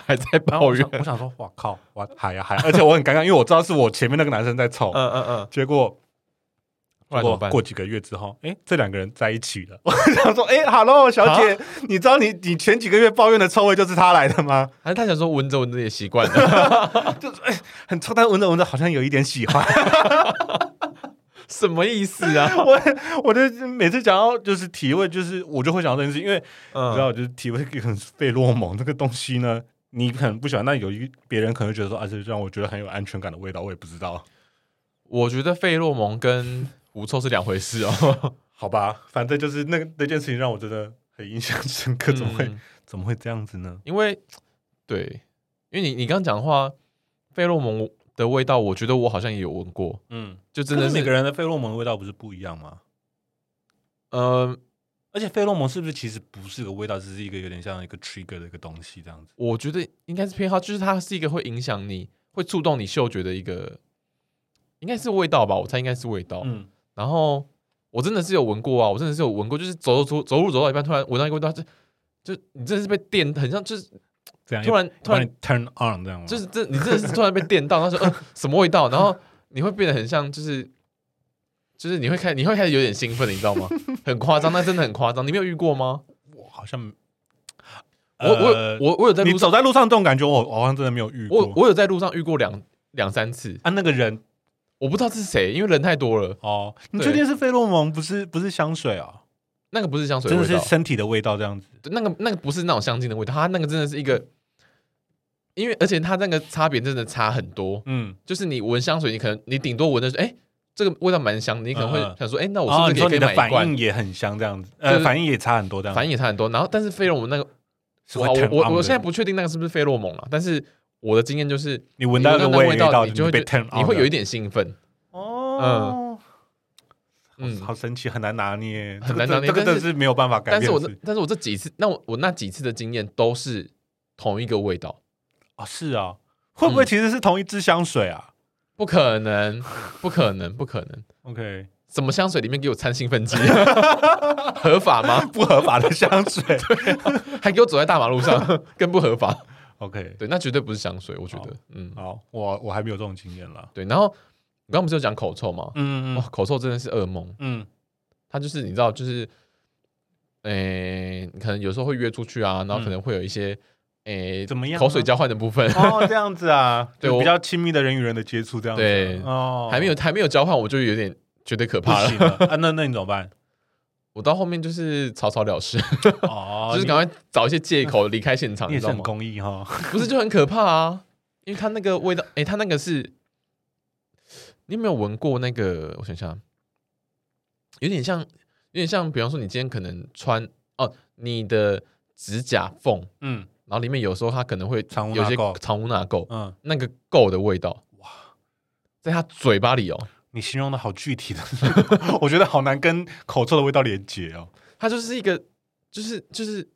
S1: 还在抱
S2: 然后哎我
S1: 怨
S2: 想。我想说，哇靠，我嗨呀嗨 呀，而且我很尴尬，因为我知道是我前面那个男生在臭，
S1: 嗯嗯嗯，
S2: 结果
S1: 不然怎么办？
S2: 过几个月之后，哎、这两个人在一起了。我 想说，哎、h e l l o 小
S1: 啊
S2: 姐，你知道你你前几个月抱怨的臭味就是他来的吗？哎
S1: 还是他想说闻着闻着也习惯 了，
S2: 很臭，但闻着闻着好像有一点喜欢。
S1: 什么意思啊？
S2: 我我就每次讲到就是体味，就是我就会想到这件事，因为 你知
S1: 嗯，
S2: 道，就是体味很费洛蒙这个东西呢。你可能不喜欢，但有一别人可能会觉得说，啊，这让我觉得很有安全感的味道，我也不知道，
S1: 我觉得费洛蒙跟狐臭是两回事 哦。
S2: 好吧，反正就是那个那件事情让我真的很印象深刻，怎么会、
S1: 嗯
S2: 怎么会这样子呢？
S1: 因为对，因为你你刚刚讲的话，费洛蒙的味道，我觉得我好像也有闻过，
S2: 嗯，
S1: 就真
S2: 真的
S1: 的
S2: 每
S1: 是
S2: 个人的费洛蒙的味道不是不一样吗？
S1: 呃，
S2: 而且费洛蒙是不是其实不是个味道，只是一个有点像一个 trigger 的一个东西这样子？
S1: 我觉得应该是偏好，就是它是一个会影响你、会触动你嗅觉的一个，应该是味道吧，我猜应该是味道。
S2: 嗯，
S1: 然后我真的是有闻过啊，我真的是有闻过，就是走走走走路走到一半，突然闻到一个味道，就就你真的是被电，很像就是
S2: 这样
S1: 突然突
S2: 把你
S1: 然
S2: turn on 这样吗？
S1: 就是这你真的是突然被电到，然后说呃什么味道，然后你会变得很像就是。就是你会开，你会开始有点兴奋，你知道吗？很夸张，那真的很夸张。你没有遇过吗？
S2: 我好像
S1: 我我
S2: 呃
S1: 我我有在
S2: 你
S1: 路上，
S2: 走在路上这种感觉，我我好像真的没有遇
S1: 我
S2: 过。
S1: 我有在路上遇过两两三次。
S2: 啊，那个人
S1: 我不知道是谁，因为人太多了。
S2: 哦，你
S1: 对
S2: 确定是费洛蒙，不是不是香水啊？
S1: 那个不是香水
S2: 真
S1: 的
S2: 的
S1: 味
S2: 是
S1: 道，
S2: 身体的味道这样子。
S1: 对那个那个不是那种香精的味道，它那个真的是一个，因为而且它那个差别真的差很多。
S2: 嗯，
S1: 就是你闻香水，你可能你顶多闻的是，哎、这个味道蛮香，你可能会
S2: 嗯嗯
S1: 想说，哎、那我
S2: 哦
S1: 是不
S2: 你
S1: 是也
S2: 说
S1: 可
S2: 你
S1: 以
S2: 的
S1: 买
S2: 反
S1: 一罐？
S2: 应也很像这样子，
S1: 就
S2: 呃，
S1: 是
S2: 反应也差很多这样子。
S1: 反应也差很多。然后，但是费洛蒙那个，
S2: 是
S1: 我
S2: 会 turn
S1: 我我
S2: on 的
S1: 我现在不确定那个是不是费洛蒙了，但是我的经验就是，
S2: 你闻到那个
S1: 你闻到那个味道
S2: 道，
S1: 你就会觉
S2: 被 turn on，
S1: 你会有一
S2: 点
S1: 点兴奋，
S2: 哦。嗯，
S1: 嗯。
S2: 好神奇，很难拿捏，
S1: 很难拿捏
S2: 这个这个真
S1: 但
S2: 的
S1: 是
S2: 是没有办法改
S1: 但
S2: 变
S1: 是我
S2: 的事。
S1: 这但是我这几次，那我我那几次的经验都是同一个味道。
S2: 啊，是啊，会不会
S1: 嗯
S2: 其实是同一支香水啊
S1: 不可能，不可能，不可能！
S2: ？OK，
S1: 什么香水里面给我掺兴奋剂？ 合法吗？
S2: 不合法的香水。
S1: 还给我走在大马路上， 更不合法。
S2: OK，
S1: 对，那绝对不是香水，我觉得。嗯，
S2: 好，我我还没有这种经验了。
S1: 对。然后我刚刚不是有讲口臭吗？
S2: 嗯
S1: 哇，口臭真的是噩梦。
S2: 嗯
S1: 它就是你知道，就是，诶、你可能有时候会约出去啊，然后可能会有一些，诶、
S2: 嗯怎么样啊
S1: 口水交换的部分。
S2: 哦，这样子啊，
S1: 对
S2: 就
S1: 我
S2: 比较亲密的人与人的接触这样子啊。
S1: 对
S2: 哦，
S1: 还没有还没有交换，我就有点觉得可
S2: 不
S1: 怕了。
S2: 行了啊，那那你怎么办？
S1: 我到后面就是草草了事，
S2: 哦，
S1: 就是赶快找一些借口离开现场，
S2: 你
S1: 你
S2: 也
S1: 知
S2: 是
S1: 道
S2: 很
S1: 吗？
S2: 公益哈，
S1: 不是就很可怕啊？因为它那个味道，诶，它那个是，你有没有闻过那个？我想想，有点像，有点像，比方说你今天可能穿哦，你的指甲缝，
S2: 嗯
S1: 然后里面有时候它可能会
S2: 藏污
S1: 有
S2: 纳
S1: 些
S2: 垢
S1: 藏污纳垢，
S2: 嗯，
S1: 那个垢的味道，哇，在它嘴巴里哦，
S2: 你形容的好具体的， 我觉得好难跟口臭的味道连接哦。
S1: 它就是一个，就是就是，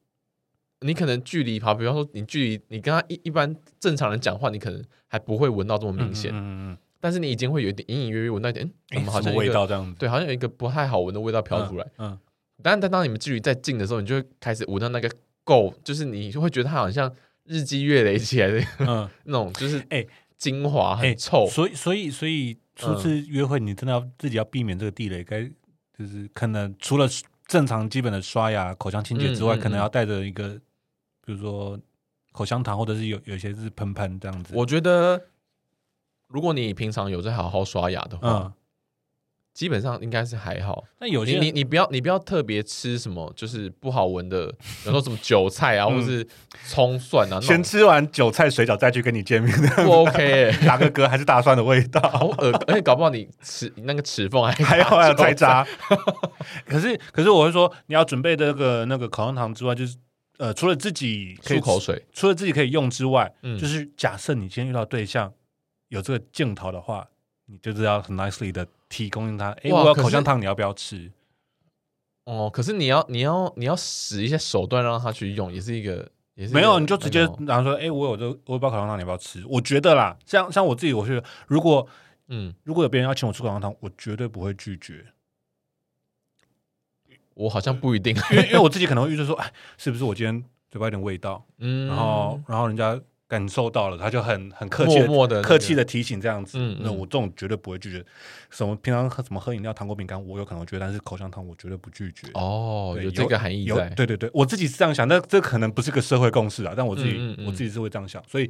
S1: 你可能距离好，比方说你距离你跟他一一般正常人讲话，你可能还不会闻到这么明显，
S2: 嗯嗯
S1: 但是你已经会有一点隐隐约约闻到一点，嗯，
S2: 嗯，
S1: 怎么好
S2: 什
S1: 像
S2: 么
S1: 有一
S2: 味
S1: 个
S2: 道这样子
S1: 对，好像有一个不太好闻的味道飘出来。，
S2: 嗯
S1: 但但当你们距离再近的时候，你就会开始闻到那个垢，就是你就会觉得它好像日积月累起来的
S2: 嗯嗯，
S1: 那种，就是
S2: 哎
S1: 精华
S2: 哎
S1: 很臭。嗯
S2: 所以所以所以初次约会，你真的要自己要避免这个地雷，该就是可能除了正常基本的刷牙、口腔清洁之外，
S1: 嗯嗯
S2: 可能
S1: 嗯
S2: 要带着一个，比如说口香糖，或者是有有些是喷喷这样子。
S1: 我觉得，如果你平常有在好好刷牙的话，
S2: 嗯，
S1: 基本上应该是还好。
S2: 但有
S1: 你
S2: 些
S1: 哦你你不要你不要特别吃什么，就是不好闻 的，比如说什么韭菜啊，或
S2: 嗯
S1: 是葱蒜啊，那
S2: 先
S1: 种
S2: 吃完韭菜水饺再去跟你见面，
S1: 不 OK，、欸、
S2: 打个嗝还是大蒜的味
S1: 好
S2: 道，
S1: 恶，而且搞不好你齿那个齿缝还
S2: 还有还有
S1: 再
S2: 菜渣。可是可是我会说，你要准备这个那个口香糖之外，就是呃，除了自己可以
S1: 漱口水，
S2: 除了自己可以用之外，
S1: 嗯，
S2: 就
S1: 就是
S2: 是假设你今天遇到对象有这个镜头的话，你就是要很 nicely 的提供他，哎，
S1: 哇
S2: 我要
S1: 可是
S2: 口香糖，你要不要吃？
S1: 哦，可是你要你要你要使一些手段让他去用，也是一个也是一个
S2: 没有，你就直接
S1: 那个哦
S2: 然后说，哎，我有这个我有包口香糖，你要不要吃？我觉得啦，像像我自己，我是如果
S1: 嗯，
S2: 如果有别人要请我吃口香糖，我绝对不会拒绝，
S1: 我好像不一 定，
S2: 因为因为我自己可能会预测说，哎，是不是我今天嘴巴有点味道？
S1: 嗯，
S2: 然后然后人家感受到了，他就很很客气
S1: 默
S2: 的
S1: 默的
S2: 客气
S1: 的，
S2: 的提醒这样子，
S1: 嗯
S2: 那
S1: 嗯
S2: 我这种绝对不会拒绝。什么平常喝什么喝饮料、糖果、饼干，我有可能拒绝，但是口香糖我绝对不拒绝。
S1: 哦，
S2: 对
S1: 有
S2: 有
S1: 这个含义
S2: 有
S1: 在，
S2: 对对对，我自己是这样想，但这可能不是个社会共识啊。但我自己
S1: 嗯嗯嗯
S2: 我自己是会这样想，所以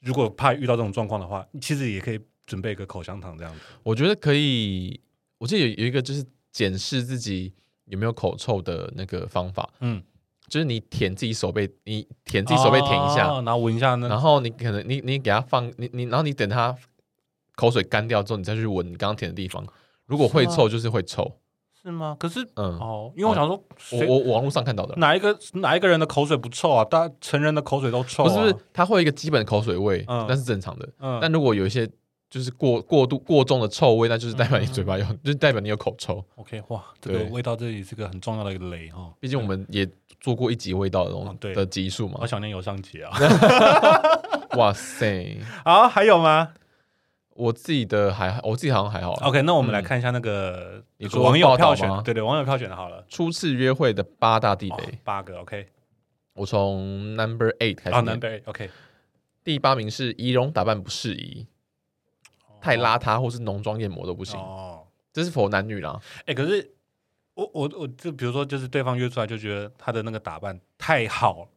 S2: 如果怕遇到这种状况的话，其实也可以准备一个口香糖这样子。
S1: 我觉得可以，我记得有有一个就是检视自己有没有口臭的那个方法，
S2: 嗯，
S1: 就是你舔自己手背，你舔自己手背舔一下，啊
S2: 哦然后闻一下呢。
S1: 然后你可能你你给它放你你，然后你等它口水干掉之后，你再去闻你刚刚舔的地方。如果会
S2: 是吗
S1: 臭，就是会臭。
S2: 是吗？可是
S1: 嗯，
S2: 哦，因为我想说，
S1: 我
S2: 谁
S1: 我我网络上看到的啦，
S2: 哪一个哪一个人的口水不臭啊？大家成人的口水都臭、
S1: 不
S2: 啊，
S1: 是不是，它会有一个基本口水味，
S2: 嗯
S1: 那是正常的。
S2: 嗯，
S1: 但如果有一些就是过过度过重的臭味，那就是代
S2: 嗯
S1: 表你嘴巴有，就是代表你有口臭。
S2: OK，哇，这个
S1: 对
S2: 味道这里是个很重要的一个雷哈。
S1: 毕竟我们也做过一集味道的东
S2: 哦对
S1: 的集数嘛
S2: 我。想念有上 集啊。哦
S1: 哇塞，
S2: 好，还有吗
S1: 我自己的还我自己好像还好啊。
S2: ？OK，那我们来看一下那个
S1: 你
S2: 这个
S1: 说
S2: 网友
S1: 报道
S2: 票
S1: 吗
S2: 选，对对，网友票选的好了，
S1: 初次约会的八大地
S2: 哦
S1: 雷，
S2: 八个 OK，
S1: 我从 number eight 开
S2: 好
S1: 始念。
S2: 南北 OK，
S1: 第八名是仪容打扮不适宜，太邋遢或是浓妆艳抹都不行，
S2: 哦。
S1: 这是否男女啦？
S2: 哎，可是我我我就比如说，就是对方约出来就觉得他的那个打扮太好了，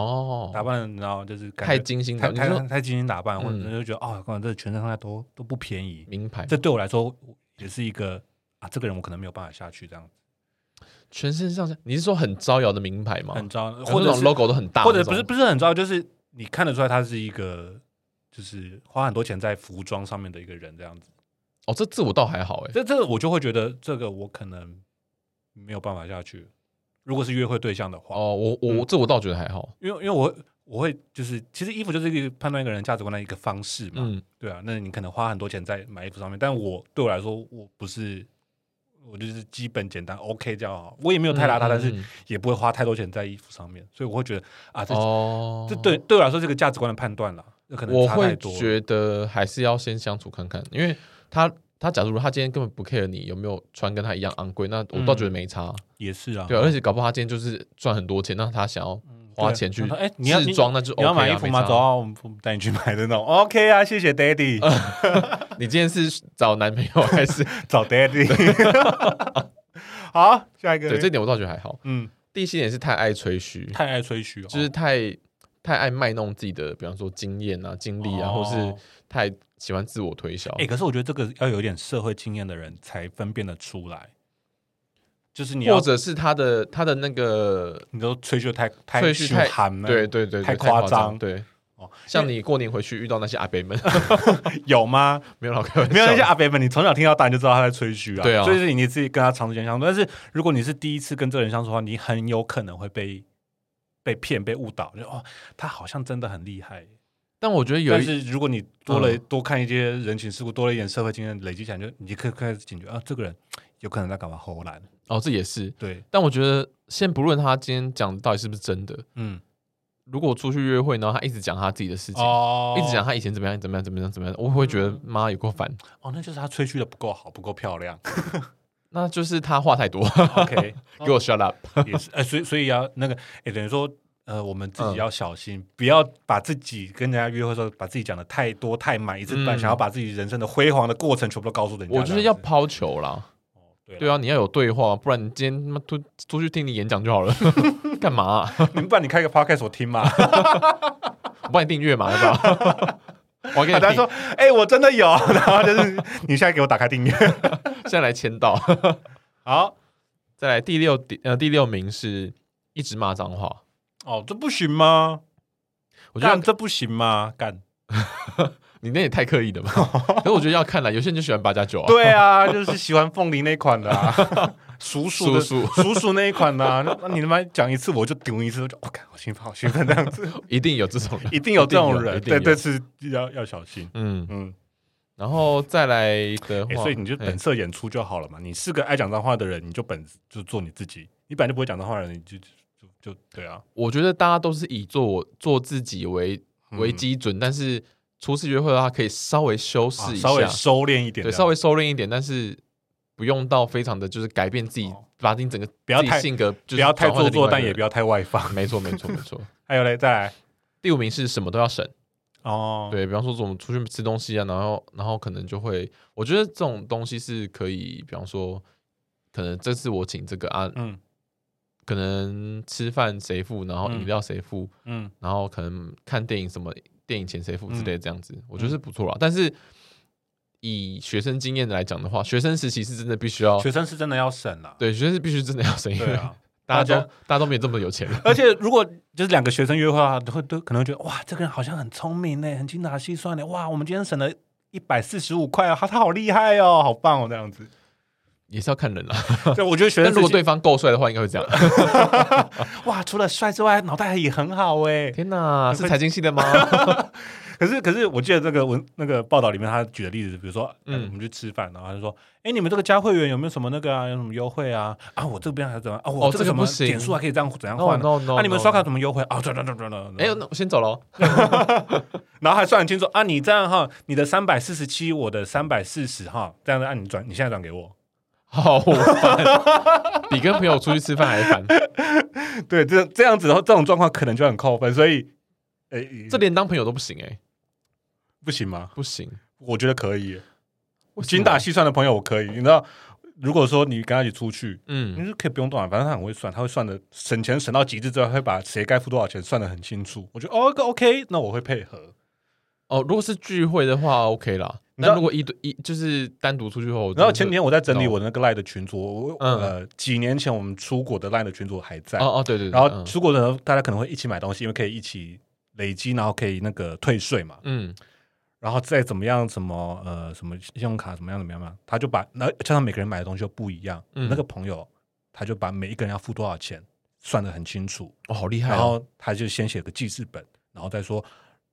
S1: 哦，
S2: 打扮然后就是感
S1: 太
S2: 觉
S1: 精心
S2: 太
S1: 打扮，你
S2: 太
S1: 说
S2: 太精心打扮，或
S1: 嗯
S2: 者就觉得哦，哇这全身上下都都不便宜，
S1: 名牌
S2: 这对我来说也是一个啊，这个人我可能没有办法下去这样子，
S1: 全身上下，你是说很招摇的名牌吗？
S2: 很糟，
S1: 有那
S2: 或者
S1: 种
S2: 是
S1: logo 都很大那
S2: 或
S1: 种，
S2: 者不是不是很糟，就是你看得出来他是一个就是花很多钱在服装上面的一个人这样子。
S1: 哦，这这我倒还好哎、
S2: 这这个我就会觉得这个我可能没有办法下去。如果是约会对象的话，
S1: 哦，我我、
S2: 嗯
S1: 我这我倒觉得还好，
S2: 因为因为我我会就是其实衣服就是一个判断一个人价值观的一个方式嘛，
S1: 嗯，
S2: 对啊，那你可能花很多钱在买衣服上面，但我对我来说我不是。我就是基本简单 OK 这样好，我也没有太邋遢，
S1: 嗯
S2: 但是
S1: 嗯
S2: 也不会花太多钱在衣服上面，所以我会觉得啊，这、
S1: 哦，
S2: 这对对我来说是个价值观的判断啦，这可能
S1: 我
S2: 差太
S1: 会
S2: 多了。
S1: 觉得还是要先相处看看，因为他他假如他今天根本不 care 你有没有穿跟他一样昂贵，那我倒觉
S2: 嗯
S1: 得没差。
S2: 也是啊，
S1: 对啊，而且搞不好他今天就是赚很多钱，那他想要花钱去
S2: 对哎，你要
S1: 试装，那就 OK
S2: 你要买
S1: 啊
S2: 衣服
S1: 没
S2: 吗？
S1: 差
S2: 走啊，我们我们带你去买的那种。OK 啊，谢谢 Daddy，、
S1: 你今天是找男朋友还 是？
S2: 找 Daddy。好，下一个。
S1: 对，这点我倒觉得还好。
S2: 嗯，
S1: 第七点是太爱吹嘘，
S2: 太爱吹嘘，哦
S1: 就是太太爱卖弄自己的，比方说经验啊、经历啊，
S2: 哦哎
S1: 或是太喜欢自我推销
S2: 哎、。可是我觉得这个要有点社会经验的人才分辨得出来。就是你
S1: 或
S2: 要
S1: 者是他的他的那个
S2: 你都吹嘘太太
S1: 吹嘘
S2: 凶
S1: 太
S2: 寒了，
S1: 对对对对
S2: 太
S1: 夸
S2: 夸张
S1: 对。
S2: 哦
S1: 像你过年回去遇到那些阿伯们，
S2: 有吗？
S1: 没有老开玩笑，
S2: 没有那些阿伯们，你从小听到大你就知道他在吹嘘啊，
S1: 对啊
S2: 所以是你自己跟他长时间相处。但是如果你是第一次跟这个人相处的话，你很有可能会被被骗、被误导，就哦，他好像真的很厉害。
S1: 但我觉得有
S2: 但
S1: 一
S2: 是如果你多了、
S1: 嗯
S2: 多看一些人情世故，多了一点社会经验累积起来，就你可以开始警觉啊，这个人有可能在干嘛偷懒。
S1: 哦，这也是。
S2: 对，
S1: 但我觉得先不论他今天讲的到底是不是真的，
S2: 嗯，
S1: 如果出去约会，然后他一直讲他自己的事情，
S2: 哦
S1: 一直讲他以前怎么样怎么样怎么样怎么样，我会觉得
S2: 嗯
S1: 妈有够烦。
S2: 哦，那就是他吹嘘的不够好，不够漂亮。
S1: 那就是他话太多，
S2: OK，
S1: 给我 shut up。
S2: 也是，呃，所以所以要那个，也等于说，呃，我们自
S1: 嗯
S2: 己要小心，不要把自己跟人家约会的时候，把自己讲的太多太满，一次半，
S1: 嗯
S2: 想要把自己人生的辉煌的过程全部都告诉人家。
S1: 我就是
S2: 这样
S1: 要
S2: 子，
S1: 抛球啦，
S2: 哦对
S1: 对啊，
S2: 啊，
S1: 你要有对话，不然你今天他妈出出去听你演讲就好了， 干嘛啊、
S2: 你不然你开个 podcast 我听嘛。
S1: 我帮你订阅嘛，要不要？ 我还给你
S2: 大家
S1: 订
S2: 说，哎、我真的有， 然后就是你现在给我打开订阅。
S1: 现在来签到。
S2: 好，
S1: 再来第六第呃第六名是一直骂脏话，
S2: 哦，这不行吗？
S1: 我觉
S2: 干
S1: 得
S2: 这不行吗？干，
S1: 你那也太刻意 了吧？可是我觉得要看啦，有些人就喜欢八加九啊。
S2: 对啊，就是喜欢凤梨那一款的、啊。 叔叔的
S1: 叔
S2: 叔叔那一款的、啊，那你他妈讲一次我就顶一次，我就我看、好兴奋，好兴奋这样子。
S1: 一定有这种 人。
S2: 一定有这种人，
S1: 一定有
S2: 对，
S1: 一定有
S2: 但是要要小心。
S1: 嗯，
S2: 嗯，
S1: 然后再来的话，
S2: 诶哎所以你就本
S1: 诶
S2: 色演出就好了嘛。你是个爱讲脏话的人，你就本就做你自己。你本来就不会讲脏话的人，你就就就就对啊。
S1: 我觉得大家都是以做我做自己为
S2: 嗯
S1: 为基准，但是初次约会的话，可以稍微修
S2: 啊
S1: 饰一下，
S2: 稍微收敛一点，啊
S1: 对，
S2: 这样
S1: 稍微收敛一点，但是不用到非常的就是改变自己
S2: 哦，
S1: 把自己整个
S2: 不要
S1: 自己
S2: 太
S1: 性格，不
S2: 不要太做作，但也不
S1: 要
S2: 要太 外放。
S1: 没错没错没错。
S2: 还有嘞，再来
S1: 第五名是什么都要省，
S2: 哦，
S1: 对比方说我们出去吃东西啊，然后然后可能就会，我觉得这种东西是可以，比方说可能这次我请这个啊，
S2: 嗯
S1: 可能吃饭谁付，然后饮
S2: 嗯
S1: 料谁付，
S2: 嗯，
S1: 然后可能看电影什么电影钱谁付之类的这样子，我
S2: 嗯
S1: 觉得是不错啦。但是以学生经验来讲的话，学生时期是真的必须要
S2: 学生是真的要省啦。
S1: 哦对学生是必须真的要省，因
S2: 对
S1: 为
S2: 啊，
S1: 大家
S2: 大
S1: 都大家都没有这么有钱了。
S2: 而且如果就是两个学生约会啊，都会都可能会觉得哇，这个人好像很聪明呢，很精打细算呢。哇，我们今天省了一百四十五块啊，他他好厉害哦，好棒哦，这样子。
S1: 也是要看人啦，
S2: 对，我觉得学
S1: 但
S2: 生
S1: 如果
S2: 时期
S1: 对方够帅的话，应该会这样。
S2: 哇，除了帅之外，脑袋也很好 哎。
S1: 天哪，是财经系的 吗？
S2: 可是可是，我记得这个文那个报道里面他举的例子，比如说，
S1: 嗯
S2: 嗯，我们去吃饭，然后他就说，哎，你们这个加会员有没有什么那个啊，有什么优惠啊？啊，我这边还怎么样啊？
S1: 嗯哦
S2: 我
S1: 这
S2: 这
S1: 个
S2: 个什么
S1: 不行
S2: 点数还可以这样怎样
S1: no
S2: 换？
S1: no no，
S2: 啊，你们
S1: no
S2: 刷卡？怎么优惠啊？转转转转转，
S1: 哦哎，那我先走喽。
S2: 然后还算很清楚啊，你这样哈，你的三百四十七，我的三百四十哈，这样子啊按你转，你现在转给我。
S1: 好烦， 比跟朋友出去吃饭还烦。
S2: 对，这这样子的话，这种状况可能就很扣分，所以，哎，
S1: 这连当朋友都不行哎，
S2: 不行吗？
S1: 不行。
S2: 我觉得可以耶。
S1: 为什么
S2: 精打细算的朋友，我可以。你知道，如果说你跟他一起出去，你
S1: 嗯，
S2: 就可以不用动脑，啊反正他很会算，他会算的省钱省到极致之后，他会把谁该付多少钱算的很清楚。我觉得哦，个 OK，那我会配合。
S1: 哦，如果是聚会的话，OK 啦。
S2: 你知道
S1: 但如果一对一就是单独出去后，我
S2: 然后
S1: 真
S2: 前几
S1: 的
S2: 天我在整理
S1: 懂
S2: 我的那个 Line 的群组，我、
S1: 嗯
S2: 呃几年前我们出国的 Line 的群组还在，
S1: 哦哦对对，对
S2: 然后
S1: 嗯
S2: 出国的人大家可能会一起买东西，因为可以一起累积，然后可以那个退税嘛。
S1: 嗯
S2: 然后再怎么样，什么呃，什么信用卡怎么样怎么样嘛，他就把那加上每个人买的东西又不一样，
S1: 嗯
S2: 那个朋友他就把每一个人要付多少钱算得很清楚，
S1: 哦好厉害哦，
S2: 然后他就先写个记事本，然后再说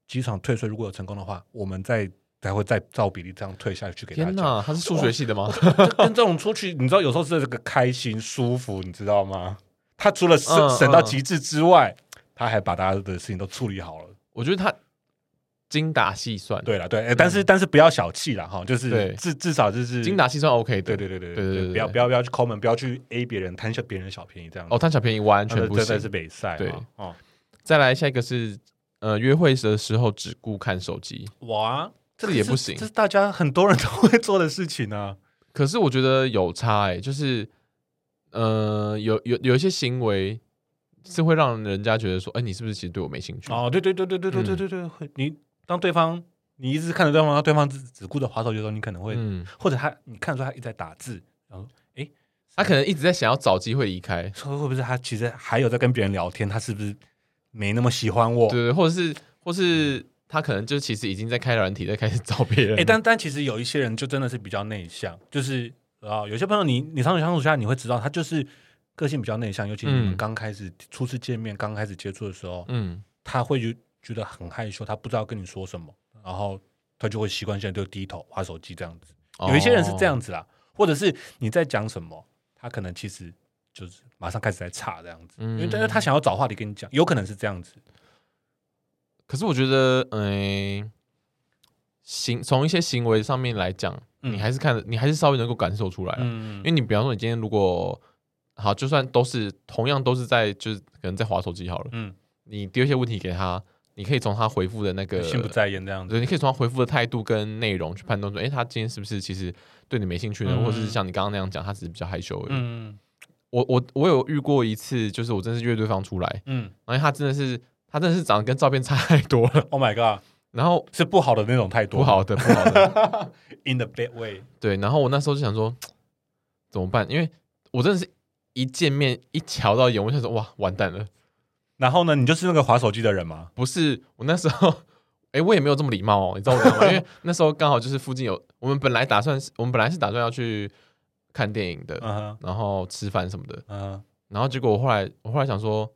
S2: 机场退税如果有成功的话，我们再才会再照比例这样退下去给大
S1: 天
S2: 家。
S1: 哪，他是数学系的吗？
S2: 就跟这种出去，你知道有时候是这个开心舒服，你知道吗？他除了省、
S1: 嗯
S2: 省到
S1: 嗯
S2: 极致之外，他还把大家的事情都处理好了。
S1: 我觉得他精打细算，
S2: 对了，对，哎但是但是不要小气了哈，就是
S1: 嗯对
S2: 至至少就是
S1: 精打细算 OK 的，
S2: 对对对对
S1: 对对对
S2: 不要
S1: 对
S2: 不要不要去抠门，不要去 A 别人贪小别人的小便宜这样子。
S1: 哦，贪小便宜完
S2: 那
S1: 全不
S2: 真的是
S1: 行。
S2: 北赛啊。
S1: 对
S2: 哦，
S1: 再来下一个是呃，约会的时候只顾看手机，
S2: 哇，
S1: 这
S2: 个
S1: 也
S2: 是
S1: 不行
S2: 这是大家很多人都会做的事情啊。
S1: 可是我觉得有差哎、就是呃，有有有一些行为是会让人家觉得说，哎、你是不是其实对我没兴趣？
S2: 哦，对对对对对对对对对，会你当对方你一直看着对方，然后对方只只顾着滑手机的时候，你可能会
S1: 嗯，
S2: 或者他你看得出他一直在打字，然后哎，诶
S1: 他可能一直在想要找机会离开，
S2: 说会不会是他其实还有在跟别人聊天，他是不是没那么喜欢我？
S1: 对，或者是或是他可能就其实已经在开软体，在开始找别人了。
S2: 哎、但但其实有一些人就真的是比较内向，就是啊，有些朋友你你长久相处下来，你会知道他就是个性比较内向，尤其你
S1: 嗯
S2: 们刚开始初次见面、刚开始接触的时候，
S1: 嗯，
S2: 他会觉觉得很害羞，他不知道跟你说什么，然后他就会习惯性地就低头划手机这样子。有一些人是这样子啦，或者是你在讲什么，他可能其实就是马上开始在岔这样子，
S1: 嗯
S2: 因为但是他想要找话题跟你讲，有可能是这样子。
S1: 可是我觉得，嗯、行，从一些行为上面来讲，
S2: 嗯
S1: 你还是看得，你还是稍微能够感受出来啊、
S2: 嗯
S1: 因为你比方说，你今天如果好，就算都是同样都是在，就是可能在划手机好了，
S2: 嗯，
S1: 你丢一些问题给他，你可以从他回复的那个
S2: 心不在焉这样子。
S1: 对，你可以从他回复的态度跟内容去判断说，诶，他今天是不是其实对你没兴趣呢？
S2: 嗯
S1: 或者是像你刚刚那样讲，他只是比较害羞而已。
S2: 嗯
S1: 我我我有遇过一次，就是我真是约对方出来，
S2: 嗯
S1: 然后他真的是他真的是长得跟照片差太多了，
S2: ，Oh my god，
S1: 然后
S2: 是不好的那种态度，
S1: 不好的不好的，
S2: ，in the bad way。
S1: 对。然后我那时候就想说怎么办？因为我真的是一见面一瞧到眼，我就想说哇完蛋了，
S2: 然后呢，你就是那个划手机的人吗？
S1: 不是我那时候。 诶，我也没有这么礼貌哦，你知道我 吗？因为那时候刚好就是附近有，我们本来打算是，我们本来是打算要去看电影的，
S2: 嗯哼
S1: 然后吃饭什么的。
S2: 嗯哼，
S1: 然后结果我后来我后来想说，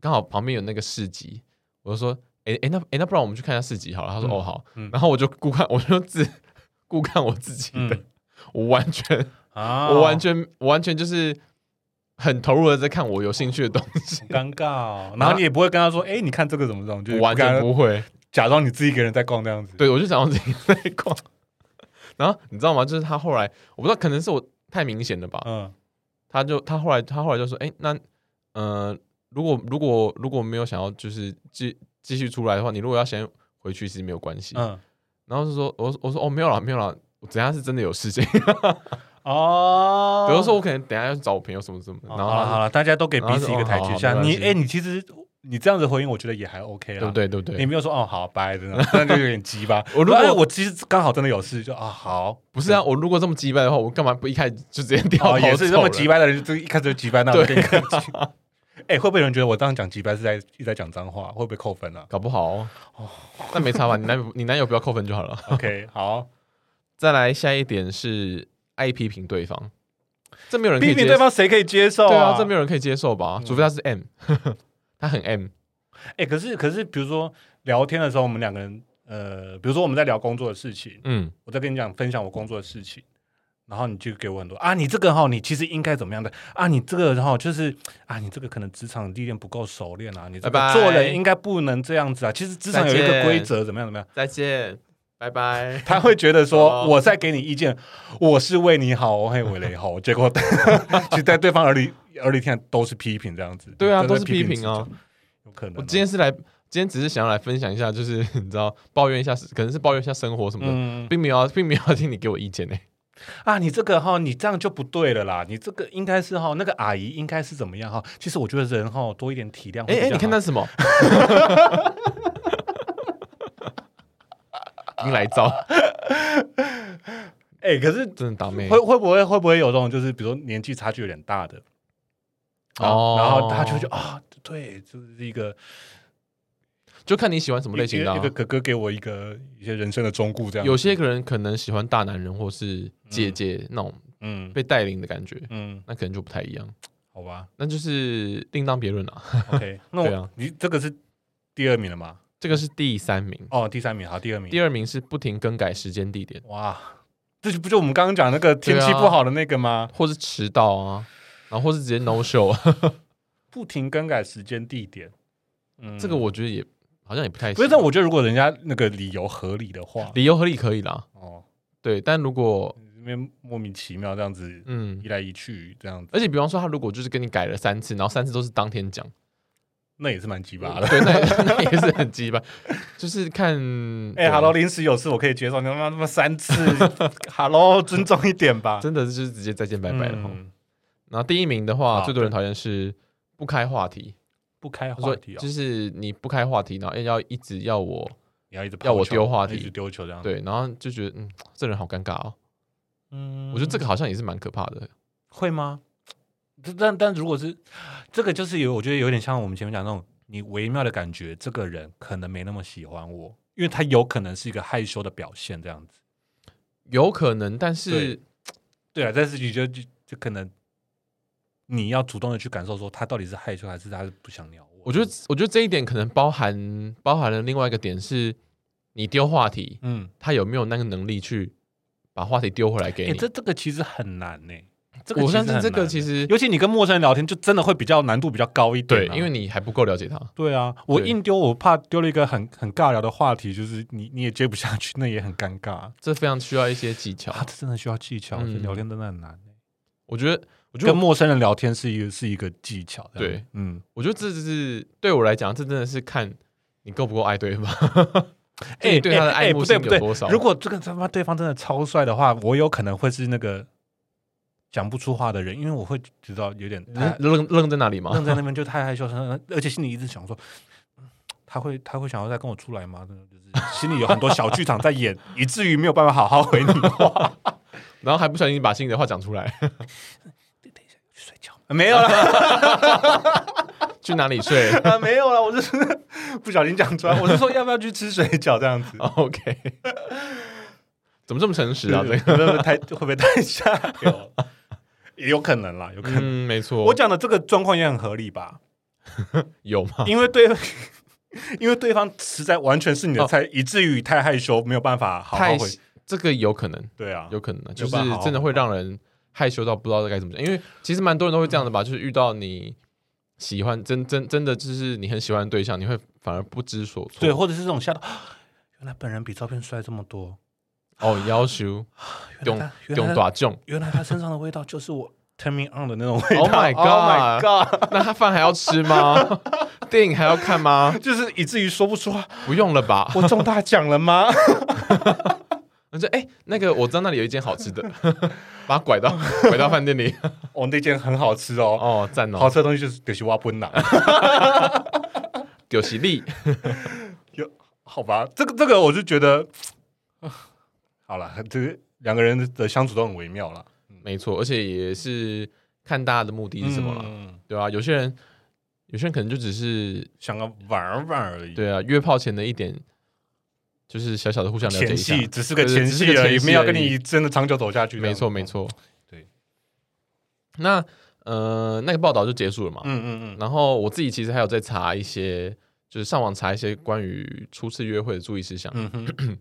S1: 刚好旁边有那个市集，我就说，哎哎那哎那不然我们去看一下市集好了。他说、
S2: 嗯
S1: 哦好，
S2: 嗯
S1: 然后我就顾看我就自顾看 我自己的，
S2: 嗯
S1: 我完全、
S2: 啊
S1: 我完全我完全就是很投入的在看我有兴趣的东西
S2: 很，尴尬哦。然后你也不会跟他说，哎，你看这个怎么怎么，就
S1: 我
S2: 是
S1: 完
S2: 跟
S1: 全
S2: 他
S1: 不会。
S2: 假装你自己一个人在逛这样子。
S1: 对，我就想要自己在逛。然后你知道吗？就是他后来，我不知道，可能是我太明显了吧。
S2: 嗯
S1: 他就他后来他后来就说，哎、那呃，如果如果如果没有想要就是继继续出来的话，你如果要先回去，其实没有关系。
S2: 嗯，
S1: 然后就说，我我说哦，没有啦，没有啦，我等一下是真的有事情，
S2: 哦，
S1: 比如说我可能等一下要去找我朋友什么什么，
S2: 好
S1: 然后
S2: 了好
S1: 他
S2: 了，大家都给彼此一个台阶
S1: 然
S2: 下。
S1: 后他
S2: 你
S1: 说哦好没关系
S2: 哎，你其实你这样子回应，我觉得也还 OK
S1: 就
S2: 啦，
S1: 对不？对对不
S2: 你
S1: 对？
S2: 没有说哦好拜真的，那就有点鸡巴
S1: 。我如果
S2: 哎我其实刚好真的有事，就啊好，
S1: 不是啊，我如果这么击败的话，我干嘛不一开始就直接掉头
S2: 哦， 也是这
S1: 走
S2: 么
S1: 人
S2: 急掰的人，就一开始就急掰， 那我
S1: 对
S2: 跟你客气。哎、会不会有人觉得我这样讲急掰是在一直在讲脏话？会不会扣分啊
S1: 搞不好哦，那没差吧？你男友你男友不要扣分就好了。
S2: ？OK，好，
S1: 再来下一点是爱批评对方，这没有人可以
S2: 批评
S1: 接
S2: 对
S1: 受。
S2: 方 谁可以接受
S1: 对啊，
S2: 啊？嗯
S1: 这没有人可以接受吧？除非他是 M，他很 M，
S2: 哎、可是可是，比如说聊天的时候，我们两个人，呃，比如说我们在聊工作的事情，
S1: 嗯，
S2: 我在跟你讲分享我工作的事情，然后你就给我很多啊，你这个哈，你其实应该怎么样的啊？你这个哈，就是啊，你这个可能职场历练不够熟练啊，你这
S1: 拜
S2: 个
S1: 拜
S2: 做人应该不能这样子啊。其实职场有一
S1: 再见
S2: 个规则，怎么样怎么样。
S1: 再见，拜拜。
S2: 他会觉得
S1: 哦
S2: 说，我在给你意见，我是为你好，我为你好。结果 其实在对方耳里耳里听都是批评，这样子。
S1: 对啊，
S2: 在
S1: 都是批
S2: 指
S1: 评
S2: 教
S1: 啊。。
S2: 有可能哦。
S1: 我今天是来，今天只是想要来分享一下，就是 你知道，抱怨一下，可能是抱怨一下生活什么的，
S2: 嗯
S1: 并没有要，啊并没有要听你给我意见欸 呢、
S2: 啊，你这个哈，你这样就不对了啦。你这个应该是哈，那个阿姨应该是怎么样哈？其实我觉得人哈多一点体谅。
S1: 哎哎、你看那，什 么？你来招，
S2: 哎，可是
S1: 真的打妹
S2: 会会不会会不会有这种就是比如说年纪差距有点大的，然
S1: 哦
S2: 后然后他就就啊，对，就是一个
S1: 就看你喜欢什么类型的、
S2: 一
S1: 啊
S2: 个。哥哥给我一个一些人生的忠告这样子。
S1: 有些人可能喜欢大男人，或是姐姐那种
S2: 嗯
S1: 被带领的感觉，
S2: 嗯，
S1: 那可能就不太一样。
S2: 好吧。
S1: 那就是另当别论了。
S2: OK，那
S1: 对
S2: 我
S1: 啊
S2: 你这个是第二名了吗？
S1: 这个是第三名，
S2: 哦，第三名，好，第二名
S1: 第，二名是不停更改时间地点，
S2: 哇，这就不就我们刚刚讲那个天气
S1: 对啊
S2: 不好的那个吗？
S1: 或是迟到啊，然后或是直接 no show
S2: 嗯
S1: 啊，
S2: 不停更改时间地点，嗯，
S1: 这个我觉得也好像也不太行
S2: 不是，但我觉得如果人家那个理由合理的话，
S1: 理由合理可以啦，
S2: 哦，
S1: 对，但如果
S2: 因为莫名其妙这样子
S1: 嗯
S2: 一，来一去这样子，
S1: 而且比方说他如果就是跟你改了三次，然后三次都是当天讲，
S2: 那也是蛮鸡巴的。
S1: 对，那也 那也是很鸡巴，就是看
S2: 哎
S1: 对
S2: 哈喽，临时有事我可以接受，你他妈他妈三 次哈喽，尊重一点吧，
S1: 真的就是直接再见拜拜了哈。
S2: 嗯
S1: 然后第一名的话，
S2: 好
S1: 最多人讨厌是不开话题，
S2: 不开
S1: 他说
S2: 话题哦
S1: 就，是你不开话题，然后要一直要我
S2: 你要一直
S1: 要我
S2: 抛球
S1: 丢话题
S2: 一直丢球这
S1: 嗯
S2: 样。，
S1: 对，然后就觉得嗯，这人好尴尬哦。
S2: 嗯
S1: 我觉得这个好像也是蛮可怕的。
S2: 会吗？但但如果是这个，就是有我觉得有点像我们前面讲那种，你微妙的感觉，这个人可能没那么喜欢我，因为他有可能是一个害羞的表现，这样子。
S1: 有可能，但是
S2: 对啊，但是你觉得就就可能你要主动的去感受，说他到底是害羞还是他是不想鸟我。
S1: 我觉得，我觉得这一点可能包含包含了另外一个点是，你丢话题，
S2: 嗯，
S1: 他有没有那个能力去把话题丢回来给
S2: 哎、
S1: 你？
S2: 这这个其实很难呢、这个
S1: 我
S2: 其实
S1: 相
S2: 很
S1: 信这个
S2: 难
S1: 其实
S2: 尤其你跟陌生人聊天，就真的会比较难度比较高一
S1: 对
S2: 点、，啊
S1: 因为你还不够了解他。
S2: 对啊，我
S1: 对
S2: 硬丢，我怕丢了一个很很尬聊的话题，就是你你也接不下去，那也很尴尬。
S1: 这非常需要一些技巧
S2: 啊，。这真的需要技巧，我觉得
S1: 嗯
S2: 聊天真的很难欸。
S1: 我觉得，我觉
S2: 跟
S1: 得，
S2: 陌生人聊天是一个是一个技巧，这样
S1: 对，
S2: 嗯，
S1: 我觉得这就是对我来讲，这真的是看你够不够爱 对方。
S2: 哎、
S1: 你对他的
S2: 哎哎
S1: 爱慕
S2: 不对
S1: 心
S2: 不
S1: 有
S2: 对
S1: 多少？
S2: 如果这个他妈对方真的超帅的话，我有可能会是那个讲不出话的人，因为我会知道有点太
S1: 哎愣愣在哪里
S2: 愣
S1: 吗？
S2: 在那边就太害羞，嗯而且心里一直想说，嗯他会他会想要再跟我出来吗？真的就是 心里有很多小剧场在演，以至于没有办法好好回你话。
S1: 然后还不小心把心里的话讲出来，
S2: 去睡觉没有了，
S1: 去哪里睡
S2: 啊没有了，我就是 不小心讲出来，我是说要不要去吃水饺这样子。
S1: ？OK，怎么这么诚实啊？这个，
S2: 个会不会太 会不会太下流？也 有可能啦，有可能。
S1: 嗯，没错，
S2: 我讲的这个状况也很合理吧？
S1: 有吗？
S2: 因为对， 因为对方实在完全是你的菜，以至于太害羞，没有办法好好
S1: 哦太
S2: 回。
S1: 这个有可能，
S2: 对啊，
S1: 有可能啊，就
S2: 有
S1: 是
S2: 办法好
S1: 真的会让人害羞到不知道该怎么讲。因为其实蛮多人都会这样的吧，就是遇到你喜欢真真真的就是你很喜欢的对象，你会反而不知所措。
S2: 对，或者是这种吓到，啊原来本人比照片帅这么多，
S1: 哦，要求
S2: 原
S1: 用
S2: 来他 原
S1: 用
S2: 来他
S1: 大众，
S2: 原来他身上的味道就是我 turn me on 的那种味道。
S1: Oh my
S2: my god！
S1: 那他饭还要吃吗？ 电影还要看吗？
S2: 就是以至于说不出话，
S1: 不用了吧？
S2: 我中大奖了吗？
S1: 我说哎、那个我知道那里有一间好吃的， 把他拐 到拐到饭店里。
S2: 哦，那件很好吃哦，
S1: 哦，赞
S2: 好
S1: 哦，
S2: 吃的东西就是就是挖奔囊。
S1: 有喜力。
S2: 好吧，这个这个我就觉得，啊好了，这个两个人的相处都很微妙了。
S1: 没错，而且也是看大家的目的是什么了，
S2: 嗯
S1: 对啊吧、有些人，有些人可能就只是
S2: 想要玩玩而已，
S1: 对啊，约炮前的一点，就是小小的互相了解
S2: 前
S1: 一下。
S2: 戏只是个
S1: 对
S2: 前
S1: 只是个
S2: 戏而已，
S1: 前戏
S2: 没有
S1: 而
S2: 跟
S1: 已
S2: 你真的长久走下去。
S1: 没错，没，错。
S2: 对。
S1: 那呃，那个报道就结束了嘛？
S2: 嗯嗯嗯，
S1: 然后我自己其实还有在查一些，就是上网查一些关于初次约会的注意事项。
S2: 嗯哼，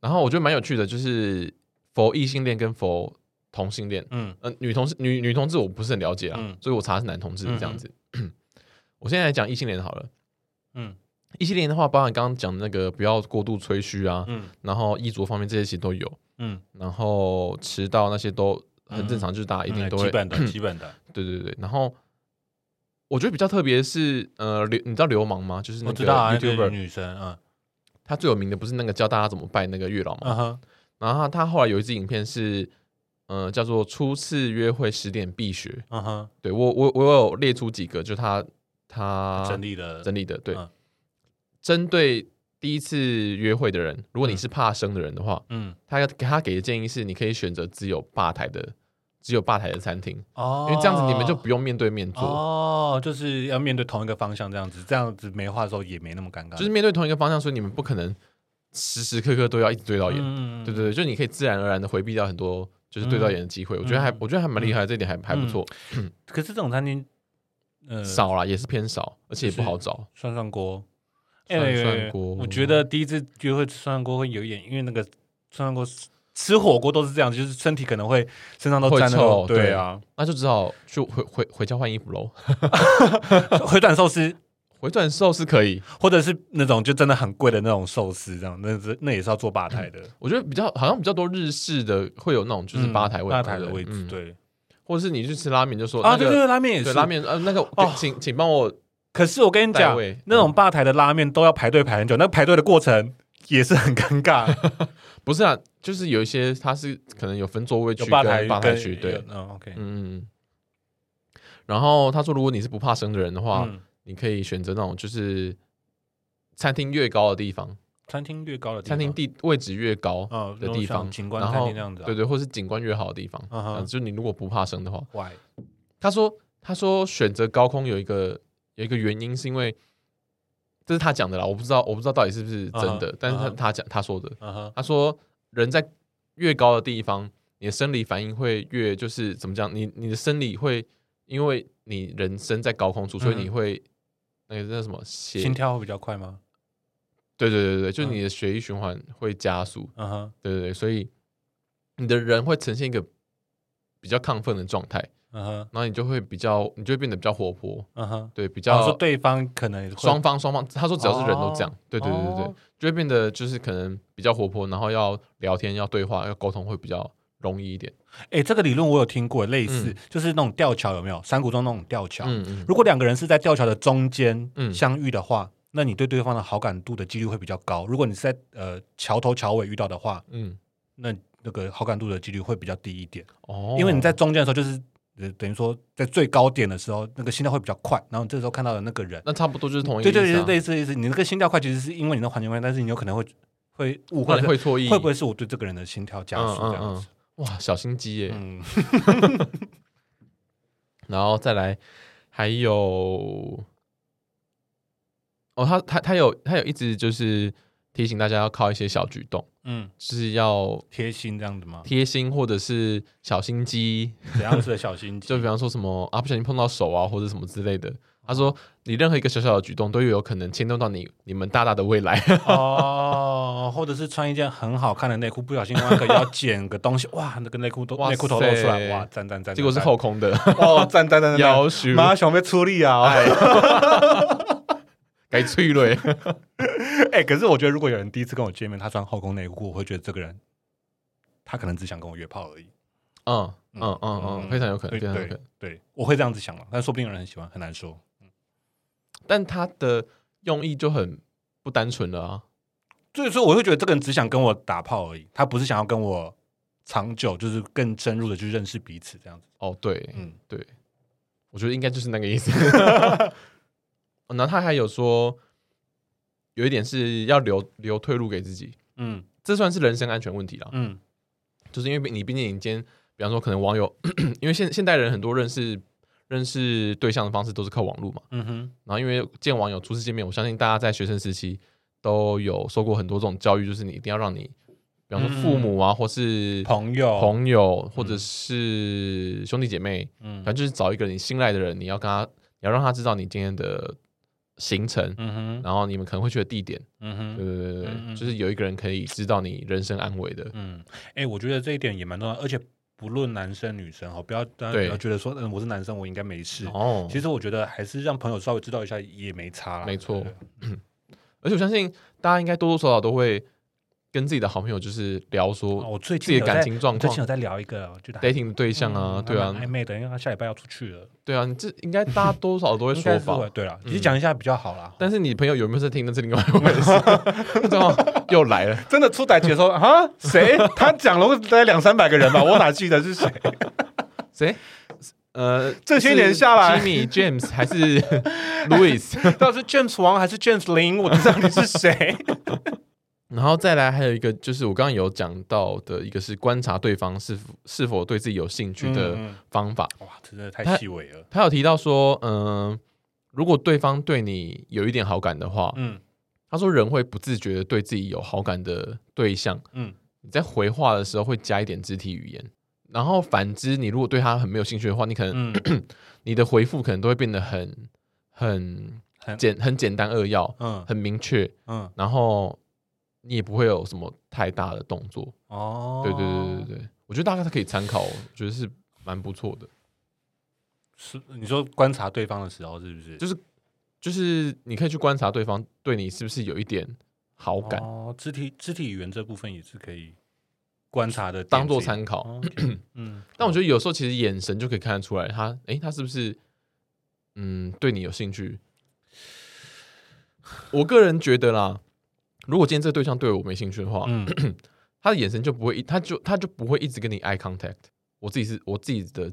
S1: 然后我觉得蛮有趣的，就是佛异性恋跟佛同性恋，
S2: 嗯
S1: 呃，女同志女女同志我不是很了解啊，
S2: 嗯
S1: 所以我查的是男同志
S2: 嗯嗯
S1: 这样子。我现在来讲异性恋好了，
S2: 嗯
S1: 异性恋的话，包含刚刚讲的那个不要过度吹嘘啊，
S2: 嗯
S1: 然后衣着方面这些其实都有，
S2: 嗯，
S1: 然后迟到那些都很正常，就是大家一定
S2: 嗯
S1: 都
S2: 基
S1: 会，
S2: 本的基本的，
S1: 对对对。然后我觉得比较特别的是，呃，流你知道流氓吗？就是那
S2: 我知
S1: 个
S2: 道啊，就是
S1: YouTuber，
S2: 女生，嗯
S1: 他最有名的不是那个教大家怎么拜那个月老吗？
S2: 嗯哼，
S1: 然后他他后来有一支影片是，呃，叫做《初次约会十点必学》。
S2: 嗯哼，
S1: 对我我我有列出几个，就他他
S2: 整理的，
S1: 啊整理的，对
S2: 嗯，
S1: 针、对第一次约会的人，如果你是怕生的人的话，
S2: 嗯
S1: 他他给的建议是，你可以选择只有吧台的。只有吧台的餐厅，
S2: 哦
S1: 因，为这样子你们就不用面对面坐，
S2: 哦，就是要面对同一个方向，这样子，这样子没话的时候也没那么尴尬，
S1: 就是面对同一个方向，所以你们不可能时时刻刻都要一直对到眼。
S2: 嗯嗯嗯
S1: 对对对，就你可以自然而然的回避掉很多就是对到眼的机会。我觉得还
S2: 嗯
S1: 我觉得还蛮厉害的，这一点还还不错。
S2: 可是这种餐厅，呃，
S1: 少啦，也是偏少，而且也不好找。
S2: 涮涮锅，
S1: 涮
S2: 哎
S1: 涮锅
S2: 我觉得第一次约会吃涮涮锅会有一点，因为那个涮涮锅吃火锅都是这样，就是身体可能会身上都沾那
S1: 会
S2: 个，
S1: 臭
S2: 对 啊，
S1: 那就只好去回回回家换衣服喽。
S2: 回转寿司
S1: 回转寿司可以，
S2: 或者是那种就真的很贵的那种寿司，这样那是那也是要做吧台的，
S1: 我觉得比较好像比较多日式的会有那种嗯就是吧台位
S2: 嗯
S1: 嘛、
S2: 吧台的
S1: 对不
S2: 位
S1: 对
S2: 置，
S1: 嗯
S2: 对
S1: 或者是你去吃拉面就说
S2: 啊，
S1: 那
S2: 对
S1: 个
S2: 对对，拉面也
S1: 对
S2: 是
S1: 拉。面呃那个
S2: 哦
S1: 请请帮我
S2: 可是我跟你
S1: 代
S2: 讲，
S1: 位嗯
S2: 那种吧台的拉面都要排队排很久，那排队的过程也是很 尴尬。
S1: 不是啊，就是有一些它是可能有分座位区
S2: 有
S1: 跟
S2: 吧台
S1: 吧台区，对
S2: 有，嗯，OK，
S1: 嗯。嗯然后他说，如果你是不怕生的人的话，
S2: 嗯
S1: 你可以选择那种就是餐厅越高的地方，
S2: 餐厅略高的地
S1: 餐厅
S2: 方
S1: 地位置越高，
S2: 呃
S1: 的地方
S2: 景观
S1: 然
S2: 餐
S1: 后
S2: 厅那样子、啊，
S1: 对对，或是景观越好的地方，
S2: 嗯哼
S1: 呃就你如果不怕生的话，
S2: ，why？
S1: 他说他说选择高空有一个有一个原因是因为这是他讲的啦，我不知道我不知道到底是不是真的
S2: 嗯哼
S1: 但是他
S2: 嗯哼
S1: 他讲他说的，
S2: 嗯哼，
S1: 他说人在越高的地方，你的生理反应会越就是怎么讲，你你的生理会因为你人生在高空处，所以
S2: 嗯
S1: 你会那个叫什么血
S2: 心跳会比较快吗？
S1: 对对对对，就是
S2: 嗯
S1: 你的血液循环会加速，
S2: 嗯哼，
S1: 对对对，所以你的人会呈现一个比较亢奋的状态，
S2: 嗯哼，
S1: 然后你就会比较，你就会变得比较活泼，
S2: 嗯哼，
S1: 对，比
S2: 然后
S1: 较
S2: 说对方可能也会
S1: 双方双方，他说只要是人都这样，
S2: 哦
S1: 对对对对对
S2: 哦，
S1: 就会变得就是可能比较活泼，然后要聊天、要对话、要沟通会比较容易一点，
S2: 哎、这个理论我有听过，类似、
S1: 嗯
S2: 就是那种吊桥有没有？山谷中那种吊桥，
S1: 嗯嗯，
S2: 如果两个人是在吊桥的中间
S1: 嗯
S2: 相遇的话，那你对对方的好感度的几率会比较高。如果你是在呃桥头桥尾遇到的话，
S1: 嗯
S2: 那那个好感度的几率会比较低一点，
S1: 哦，
S2: 因为你在中间的时候就是。呃等于说，在最高点的时候，那个心跳会比较快，然后你这时候看到的那个人，
S1: 那差不多就是同一个
S2: 对
S1: 意思啊
S2: 对对，类似类似，你那个心跳快其实是因为你的环境快，但是你有可能会会误
S1: 不
S2: 会
S1: 然
S2: 说，
S1: 会错意，
S2: 会不会是我对这个人的心跳加
S1: 嗯
S2: 速
S1: 嗯
S2: 这样
S1: 嗯
S2: 子？
S1: 哇小心机耶？
S2: 嗯
S1: 然后再来还有哦，他他他有他有一直就是提醒大家要靠一些小举动，
S2: 嗯，
S1: 就是要
S2: 贴心这样子吗？
S1: 贴心或者是小心机，
S2: 怎样子的小心机？
S1: 就比方说什么啊，不小心碰到手啊，或者什么之类的。他说，你任何一个小小的举动都有可能牵动到你你们大大的未来。
S2: 哦，或者是穿一件很好看的内裤，不小心弯个腰捡个东西，哇，那个内裤都
S1: 哇
S2: 内裤头露出
S1: 塞
S2: 来，哇，赞赞赞！
S1: 结果是
S2: 赞
S1: 后空 的，
S2: 哦，赞赞赞赞！
S1: 要求哎
S2: 妈想被出力 啊！
S1: 该脆了。
S2: 哎，可是我觉得如果有人第一次跟我见面，他穿后空内裤，我会觉得这个人他可能只想跟我约炮而已。
S1: 嗯嗯嗯嗯，非常有可能，
S2: 对
S1: 非常有可
S2: 对
S1: 能。
S2: 对，我会这样子想嘛，但说不定有人很喜欢，很难说。
S1: 但他的用意就很不单纯了啊。
S2: 所以说，我会觉得这个人只想跟我打炮而已，他不是想要跟我长久，就是更深入的去认识彼此这样子。
S1: 哦，对，
S2: 嗯
S1: 对，我觉得应该就是那个意 思。哦然后他还有说，有一点是要留留退路给自己，
S2: 嗯
S1: 这算是人身安全问题啦。
S2: 嗯
S1: 就是因为你毕竟你今天，比方说可能网友， 因为现现代人很多认识认识对象的方式都是靠网络嘛，
S2: 嗯哼，
S1: 然后因为见网友初次见面，我相信大家在学生时期都有受过很多这种教育，就是你一定要让你，比方说父母啊，或是
S2: 嗯朋友，
S1: 朋友，或者是兄弟姐妹，
S2: 嗯
S1: 反正就是找一个你信赖的人，你要跟他，你要让他知道你今天的行程，
S2: 嗯哼，
S1: 然后你们可能会去的地点，
S2: 嗯哼，
S1: 啊对对对对对，
S2: 嗯嗯
S1: 就是有一个人可以知道你人生安危的，
S2: 嗯，哎、我觉得这一点也蛮重要，而且不论男生女生哈，不要大家
S1: 对
S2: 不要觉得说，嗯，我是男生，我应该没事。
S1: 哦，
S2: 其实我觉得还是让朋友稍微知道一下也没差啦。
S1: 没错
S2: 对
S1: 而且我相信大家应该多多少少都会跟自己的好朋友就是聊
S2: 哦
S1: 说
S2: 我最
S1: 自
S2: 近
S1: 己
S2: 有
S1: 的
S2: 在
S1: 感情状
S2: 我最近
S1: 况、
S2: 有在聊一个，我觉得还
S1: dating 的对象啊，
S2: 嗯
S1: 对啊
S2: 还，蛮暧昧的，因为他下礼拜要出去了，
S1: 对啊，你这应该大家多少都会
S2: 应
S1: 说
S2: 该是会
S1: 吧。
S2: 对了，
S1: 嗯
S2: 只是讲一下比较好啦。
S1: 但是你朋友有没有在听，那是另外一回事。正好 又来了，
S2: 真的出歹姐说啊，谁？他讲了大概两三百个人吧，我哪记 得是谁？
S1: 谁？呃，
S2: 这些年下来
S1: ，Jimmy James 还是 Louis，
S2: 到底是 James 王还是 James 林？我知道你是 谁。
S1: 然后再来还有一个就是我刚刚有讲到的一个是观察对方是否是否对自己有兴趣的
S2: 嗯
S1: 方法。
S2: 嗯哇，真的太
S1: 他
S2: 细微了。
S1: 他有提到说，嗯、如果对方对你有一点好感的话，
S2: 嗯
S1: 他说人会不自觉的对自己有好感的对象，
S2: 嗯
S1: 你在回话的时候会加一点肢体语言，然后反之，你如果对他很没有兴趣的话，你可能、
S2: 嗯，
S1: 你的回复可能都会变得很很
S2: 很
S1: 简很简单扼要，
S2: 嗯
S1: 很明确，
S2: 嗯
S1: 然后你也不会有什么太大的动作。
S2: 哦，
S1: 对对对对对，我觉得大家可以参考，我觉得是蛮不错的。
S2: 是你说观察对方的时候是不是？
S1: 就是就是你可以去观察对方对你是不是有一点好感，
S2: 哦，肢体肢体语言这部分也是可以观察的点之一，
S1: 当做参考。
S2: 哦。OK，嗯，
S1: 但我觉
S2: 得
S1: 得有时候其实眼神就可以看得出来他，诶，他是不是嗯对你有兴趣？我个人觉得啦，如果今天这个对象对我没兴趣的话，
S2: 嗯
S1: 他的眼神就不会一，他就他就不会一直跟你 eye contact。我自己是我自己的，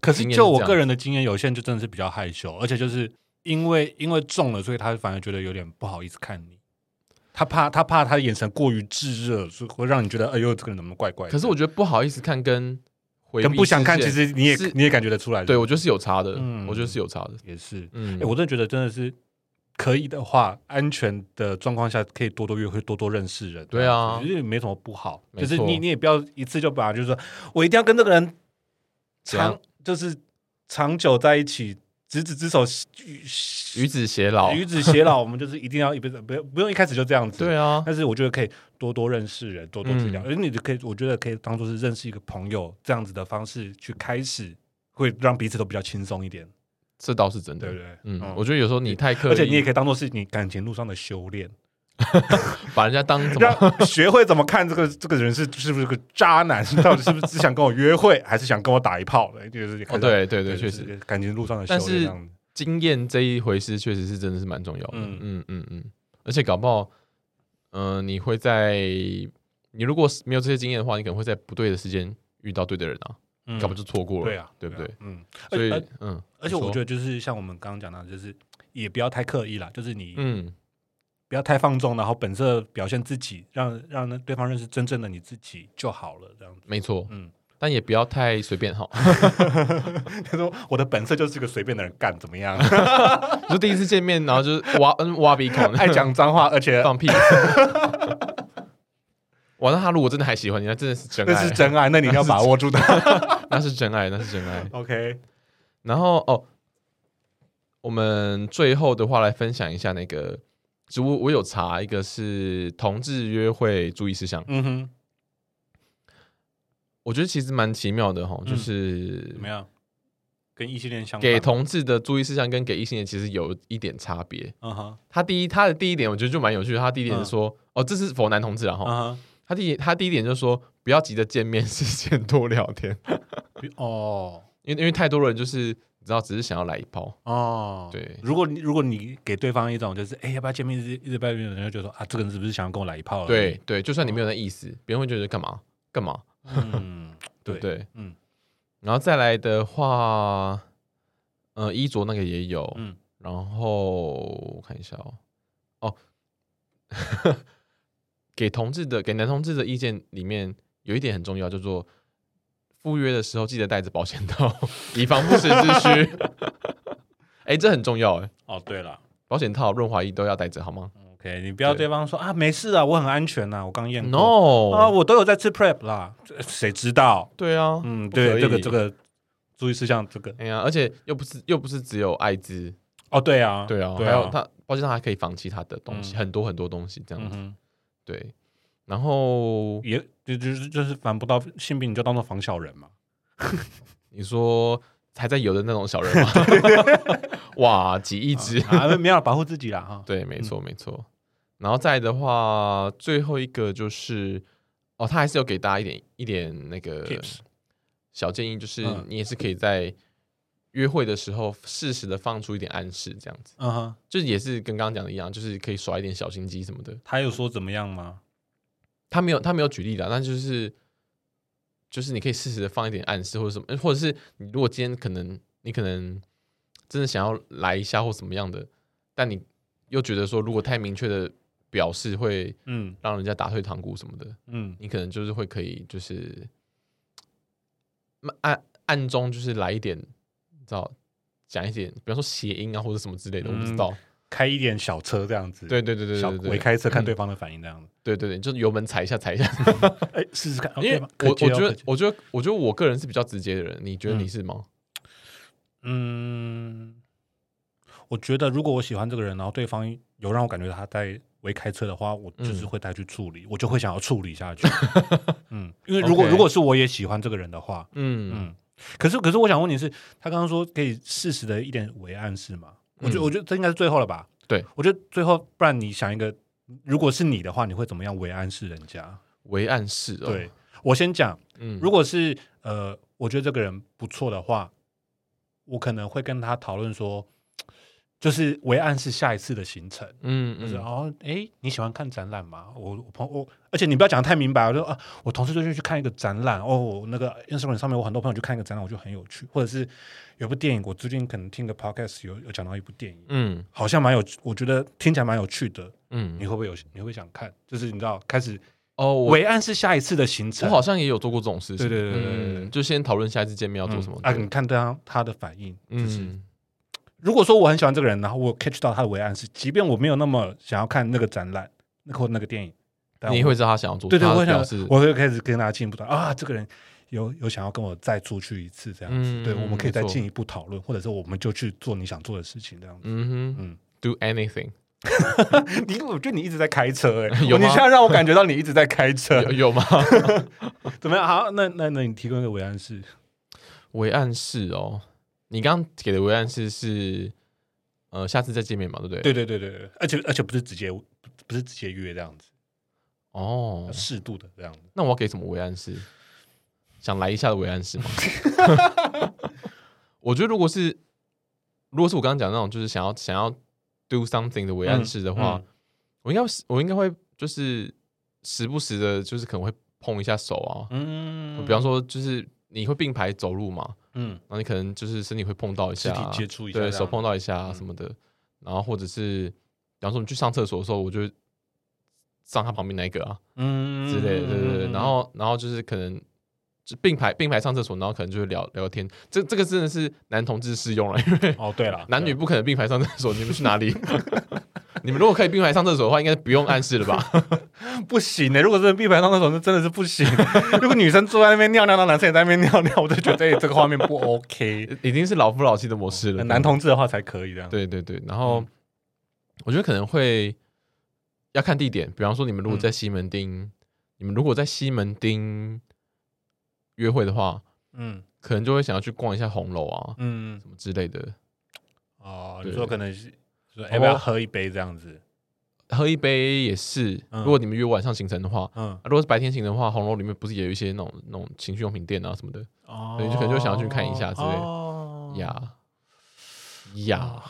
S2: 可是
S1: 经验
S2: 就是我
S1: 这样
S2: 个人的经验，有些人就真的是比较害羞，而且就是因为因为中了，所以他反而觉得有点不好意思看你。他怕他怕他的眼神过于炙热，所以会让你觉得哎呦，这个人怎么怪怪的。
S1: 可是我觉得不好意思看跟回避
S2: 跟不想看，
S1: 之
S2: 其
S1: 间
S2: 实你也
S1: 是
S2: 你也感觉得出来。
S1: 对我觉得是有差的，
S2: 嗯
S1: 我觉得是有差的。
S2: 也是。
S1: 嗯
S2: 哎，，我真的觉得真的是可以的话，安全的状况下可以多多约会，多多认识人。
S1: 对啊
S2: 因为没什么不好，
S1: 没错
S2: 就是你你也不要一次就把就是说我一定要跟这个人
S1: 怎样
S2: 长就是长久在一起，执子之手，与
S1: 与子偕老，
S2: 与子偕 老。我们就是一定要一辈子，不不用一开始就这样子。
S1: 对啊，嗯
S2: 但是我觉得可以多多认识人，多多去聊，而你就可以，我觉得可以当做是认识一个朋友这样子的方式去开始，会让彼此都比较轻松一点，
S1: 这倒是真
S2: 对
S1: 的
S2: 不。对？
S1: 嗯，我觉得有时候你太刻意，
S2: 而且你也可以当做是你感情路上的修炼，
S1: 把人家 当怎么？
S2: 让学会怎么看这个这个人是是不是个渣男，到底是不是只想跟我约会，还是想跟我打一炮的，就是
S1: 哦，
S2: 看到
S1: 对对对，确
S2: 就是
S1: 实，
S2: 感情路上的
S1: 但
S2: 修炼
S1: 是
S2: 这样子。
S1: 经验这一回事确实是真的是蛮重要的。
S2: 嗯
S1: 嗯嗯嗯而且搞不好，嗯、你会在你如果是没有这些经验的话，你可能会在不对的时间遇到对的人啊，
S2: 嗯
S1: 搞不好就错过了。
S2: 对啊，
S1: 对不对
S2: 啊？嗯，
S1: 所以
S2: 而且，
S1: 嗯，
S2: 而且
S1: 你
S2: 我
S1: 说
S2: 觉得就是像我们刚刚讲到的，就是也不要太刻意啦，就是你
S1: 嗯，
S2: 不要太放纵，然后本色表现自己，让让那对方认识真正的你自己就好了。这样子，
S1: 没错，
S2: 嗯，
S1: 但也不要太随便哈。
S2: 他说我的本色就是个随便的人干，怎么样？
S1: 就第一次见面，然后就是挖嗯挖鼻孔，
S2: 爱讲脏话，而且
S1: 放屁。 哇，那他如果真的还喜欢你，那真的是真
S2: 那
S1: 爱，
S2: 是真爱，那你一定要把握住它。
S1: 那 是真爱，那是真爱。
S2: OK，
S1: 然后哦，我们最后的话来分享一下那个，只我我有查一个是同志约会注意事项，
S2: 嗯哼，
S1: 我觉得其实蛮奇妙的哈，就
S2: 嗯
S1: 是
S2: 怎么样？跟异性恋相
S1: 给
S2: 反，
S1: 同志的注意事项跟给异性恋其实有一点差别。
S2: 嗯哼，
S1: 他第一，他的第一点我觉得就蛮有趣的，他第一点是说，哦，这是否男同志啊哈，
S2: 嗯
S1: 他第一他第一点就是说，不要急着见面 之前多聊天，
S2: 哼，哦
S1: 因为因为太多人就是你知道，只是想要来一炮。
S2: 哦，。
S1: 对，
S2: 如果你如果你给对方一种就是哎、要不要见面，一直一直拜面，人家就说啊，这个人是不是想要跟我来一炮了？
S1: 对，对，就算你没
S2: 哦
S1: 有那意思，别人会觉得干嘛干嘛，
S2: 嗯，
S1: 对
S2: 对
S1: 不对？
S2: 嗯
S1: 然后再来的话，呃，衣着那个也有，
S2: 嗯
S1: 然后我看一下哦，哦， 给同志的给男同志的意见里面有一点很重要，叫做赴约的时候记得带着保险 套，以防不时之需。 哎、这很重要哎，
S2: 哦，对了。
S1: 保险套、润滑液都要带着好吗
S2: OK，你不要
S1: 对
S2: 对方说啊，没事啊，我很安全呐、我刚验过啊，
S1: ？No，
S2: 我都有在吃 prep 啦，这谁知道？
S1: 对啊，
S2: 嗯，
S1: 不可
S2: 对，
S1: 以
S2: 这个这个注意事项，这个
S1: 哎呀，而且又不是又不是只有艾滋，
S2: 哦，对啊，
S1: 对啊，
S2: 对
S1: 还有
S2: 啊，
S1: 它保险套还可以防其他的东西，
S2: 嗯
S1: 很多很多东西这样
S2: 嗯
S1: 子，
S2: 哼，
S1: 对。然后
S2: 也就就是就是反不到性病，你就当做防小人嘛。
S1: 你说还在游的那种小 人吗？哇，几亿只！
S2: 啊，嗯没有保护自己啦哈。
S1: 对，没错，没错。然后再的话，最后一个就是，哦，他还是有给大家一点一点那个
S2: Tips
S1: 小建议，就是
S2: 嗯
S1: 你也是可以在约会的时候适时的放出一点暗示，这样子，
S2: 嗯哼，
S1: 就是也是跟刚刚讲的一样，就是可以耍一点小心机什么的。
S2: 他有说怎么样吗？
S1: 他没有他没有举例的，但就是就是你可以适时的放一点暗示或者什么，呃或者是你如果今天可能你可能真的想要来一下或什么样的，但你又觉得说如果太明确的表示会
S2: 嗯
S1: 让人家打退堂鼓什么的，
S2: 嗯
S1: 你可能就是会可以就是嗯暗暗中就是来一点，你知道讲一点，比方说谐音啊或者什么之类的，我不知
S2: 嗯
S1: 道。
S2: 开一点小车这样子，
S1: 对对对对
S2: 小
S1: 对
S2: 围
S1: 对
S2: 开车看对方的反应这样子。
S1: 对对对，就是油门踩一下踩一下，
S2: 哎，试试看，
S1: 因为
S2: OK 吧
S1: 我我
S2: 可接哦
S1: 觉
S2: 可
S1: 得
S2: 接，
S1: 我觉得，我觉得我个人是比较直接的人，你觉得你是吗？
S2: 嗯，我觉得如果我喜欢这个人，然后对方有让我感觉他在为开车的话，我就是
S1: 嗯
S2: 会带去处理，我就会想要处 理下去。嗯，因为如果
S1: OK
S2: 如果是我也喜欢这个人的话，
S1: 嗯，
S2: 嗯，可是可是我想问你是，他刚刚说可以适时的一点为暗示嘛？我觉得
S1: 嗯
S2: 我觉得这应该是最后了吧？
S1: 对，
S2: 我觉得最后，不然你想一个，如果是你的话，你会怎么样为暗示人家？
S1: 为
S2: 嗯
S1: 暗示哦，
S2: 对，我先讲，
S1: 嗯，
S2: 如果是呃，我觉得这个人不错的话，我可能会跟他讨论说，就是为暗示下一次的行程，
S1: 嗯
S2: 就是、
S1: 嗯，
S2: 哦，哎，你喜欢看展览吗？我我朋我，而且你不要讲得太明白，我就啊，我同事最近去看一个展览，哦，我那个 Instagram 上面我很多朋友去看一个展览，我就很有趣，或者是有部电影，我最近可能听个 podcast 有有讲到一部电影，
S1: 嗯
S2: 好像蛮有，我觉得听起来蛮有趣的，
S1: 嗯
S2: 你，会不会有？你会不会想看？就是你知道，开始
S1: 哦，我
S2: 伟岸是啊下一次的行
S1: 我
S2: 程。
S1: 好像也有做过这种事情，
S2: 对对对对对对
S1: 嗯，就先讨论下一次见面要做什么
S2: 嗯，啊？你看对啊，他的反应就是，
S1: 嗯
S2: 如果说我很喜欢这个人，然后我 catch 到他的伟岸是，即便我没有那么想要看那个展览，那或那个电影，但我
S1: 你会知道他想要做，
S2: 对对，
S1: 他
S2: 我会
S1: 表
S2: 想
S1: 示，
S2: 我会开始跟大家进一步讨论啊，这个人有有想要跟我再出去一次这样子，
S1: 嗯
S2: 对，
S1: 嗯
S2: 我们可以再
S1: 没错
S2: 进一步讨论，或者是我们就去做你想做的事情这样子。
S1: 嗯哼
S2: 嗯，
S1: ，do anything，
S2: 你我觉得你一直在开车哎、欸，
S1: 有
S2: 你
S1: 吗
S2: 现在让我感觉到你一直在开车
S1: 有，有吗？
S2: 怎么样？好，那那那你提供一个维安室，
S1: 为暗示哦，你刚刚给的为暗示是，呃，下次再见面嘛，对不对？
S2: 对对对对对，而且而且不是直接不不是直接约这样子，
S1: 哦
S2: 要，适度的这样子。
S1: 那我要给什么为暗示？想来一下的为暗示 吗？ 我觉得如果是，如果是我刚刚讲的那种，就是想要想要 do something 的为暗示的话，
S2: 嗯嗯
S1: 我应该是我应该会就是时不时的，就是可能会碰一下手啊，
S2: 嗯
S1: 比方说就是你会并排走路嘛，
S2: 嗯，
S1: 然后你可能就是身体会碰到一
S2: 肢
S1: 下
S2: 体
S1: 啊，
S2: 接触一下这
S1: 对
S2: 样，
S1: 手碰到一下啊
S2: 嗯
S1: 什么的，然后或者是比方说你去上厕所的时候，我就会上他旁边那一个啊
S2: 嗯
S1: 之类的，对对对，
S2: 嗯
S1: 然后然后就是可能就并排并排上厕所，然后可能就会聊聊天，这这个真的是男同志适用了，因为
S2: 哦对了，
S1: 男女不可能并排上厕所，你们去哪里？ 你们如果可以并排上厕所的话，应该不用暗示了吧？
S2: 不行的、欸如果真的闭排上厕所，那真的是不行。 如果女生坐在那边尿尿，那男生也在那边尿尿，我就觉 得哎这个画面不 OK。
S1: 已经是老夫老妻的模式了，
S2: 呃男同嗯志的话才可以这样。
S1: 对对对，然后、我觉得可能会要看地点，比方说你们如果
S2: 嗯
S1: 在西门町，你们如果在西门町约会的话，
S2: 嗯
S1: 可能就会想要去逛一下红楼啊
S2: 嗯
S1: 什么之类的，
S2: 哦，
S1: 对
S2: 你说可能是说要不要喝一杯这样子？
S1: 喝一杯也是。
S2: 嗯
S1: 如果你们约晚上行程的话。
S2: 嗯
S1: 啊如果是白天行程的话，红楼里面不是也有一些那种那种情趣用品店啊什么的
S2: 哦
S1: 对就可能就想要去看一下之类的
S2: 哦
S1: 呀呀，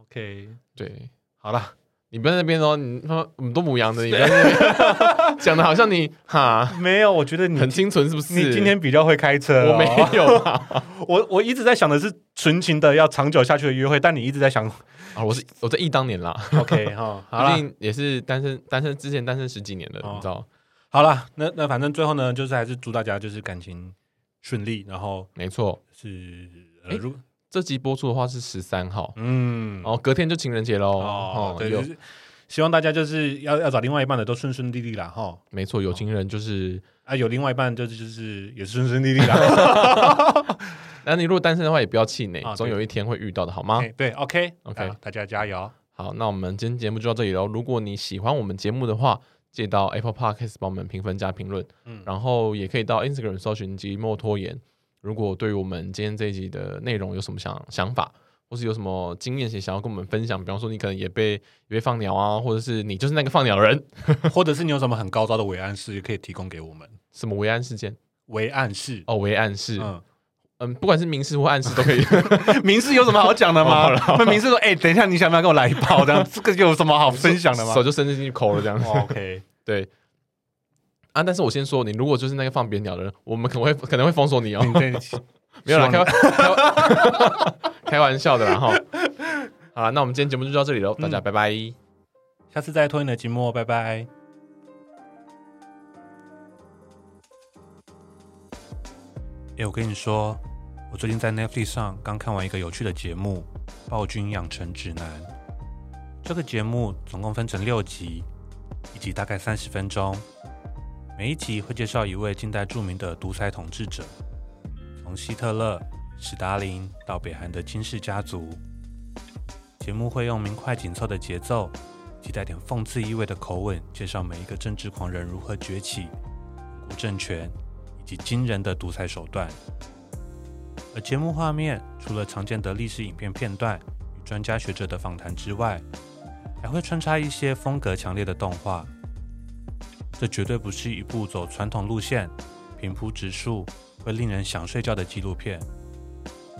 S2: OK，
S1: 对
S2: 好了，
S1: 你不要在那边哦，你他我们都母 羊的，你不要在那边讲的好像你哈
S2: 没有，我觉得你
S1: 很清纯是不是？
S2: 你今天比较会开车、哦
S1: 我没有啊，
S2: 我我一直在想的是纯情的要长久下去的约会，但你一直在想
S1: 啊，我是我在忆当年啦，
S2: OK 哈，好
S1: 毕
S2: 了。
S1: 竟也是单身，单身之前单身十几年了，
S2: 哦
S1: 你知道？
S2: 好了，那那反正最后呢，就是还是祝大家就是感情顺利，然后
S1: 没错，
S2: 是呃，
S1: 诶
S2: 如
S1: 这集播出的话是十三号，
S2: 嗯
S1: 哦，隔天就情人节喽。
S2: 哦
S1: 哦，，
S2: 对，
S1: 有
S2: 就是希望大家就是要要找另外一半的都顺顺利利啦哈。
S1: 没错，有情人就是，
S2: 啊，有另外一半就是就是也顺顺利利 啦。
S1: 那你如果单身的话，也不要气馁
S2: 啊，对
S1: 总有一天会遇到的，好吗？
S2: 哎对，OK
S1: OK
S2: 啊大家加油。
S1: 好，那我们今天节目就到这里喽。如果你喜欢我们节目的话，记得到 Apple Podcast 帮我们评分加评论，
S2: 嗯
S1: 然后也可以到 Instagram 搜寻寂寞拖延。如果对于我们今天这一集的内容有什么想想法，或是有什么经验也想要跟我们分享，比方说你可能也被也被放鸟啊，或者是你就是那个放鸟人，
S2: 或者是你有什么很高招的伪暗示，也可以提供给我们。
S1: 什么为暗事件
S2: 伪暗示，
S1: 哦，为暗示，嗯
S2: 嗯，
S1: 不管是明示或暗 示都可以。
S2: 明示有什么 好讲的吗？那明示说，哎，等一下，你想不想跟我来一炮？这 样，这个有什么好分享的 吗
S1: 手就伸进去抠了这样子。
S2: 哦 ？OK，
S1: 对啊，但是我先说，你如果就是那个放别人鸟的人，我们可能会可能会封锁你哦。
S2: 你这
S1: 没有啦，
S2: 希望
S1: 开玩开玩 开玩笑的啦哈。好啦，那我们今天节目就到这里喽，大家拜拜。
S2: 下次再拖你的寂寞，拜拜。哎、我跟你说，我最近在 Netflix 上刚看完一个有趣的节目《暴君养成指南》。这个节目总共分成六集，一集大概三十分钟，每一集会介绍一位近代著名的独裁统治者，从希特勒、史达林到北韩的金氏家族。节目会用明快紧凑的节奏期带点讽刺意味的口吻，介绍每一个政治狂人如何崛起、巩固政权，以及惊人的独裁手段。而节目画面除了常见的历史影片片段与专家学者的访谈之外，还会穿插一些风格强烈的动画。这绝对不是一部走传统路线、平铺直述、会令人想睡觉的纪录片，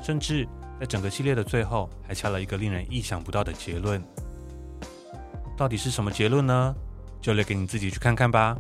S2: 甚至在整个系列的最后还下了一个令人意想不到的结论。到底是什么结论呢？就留给你自己去看看吧。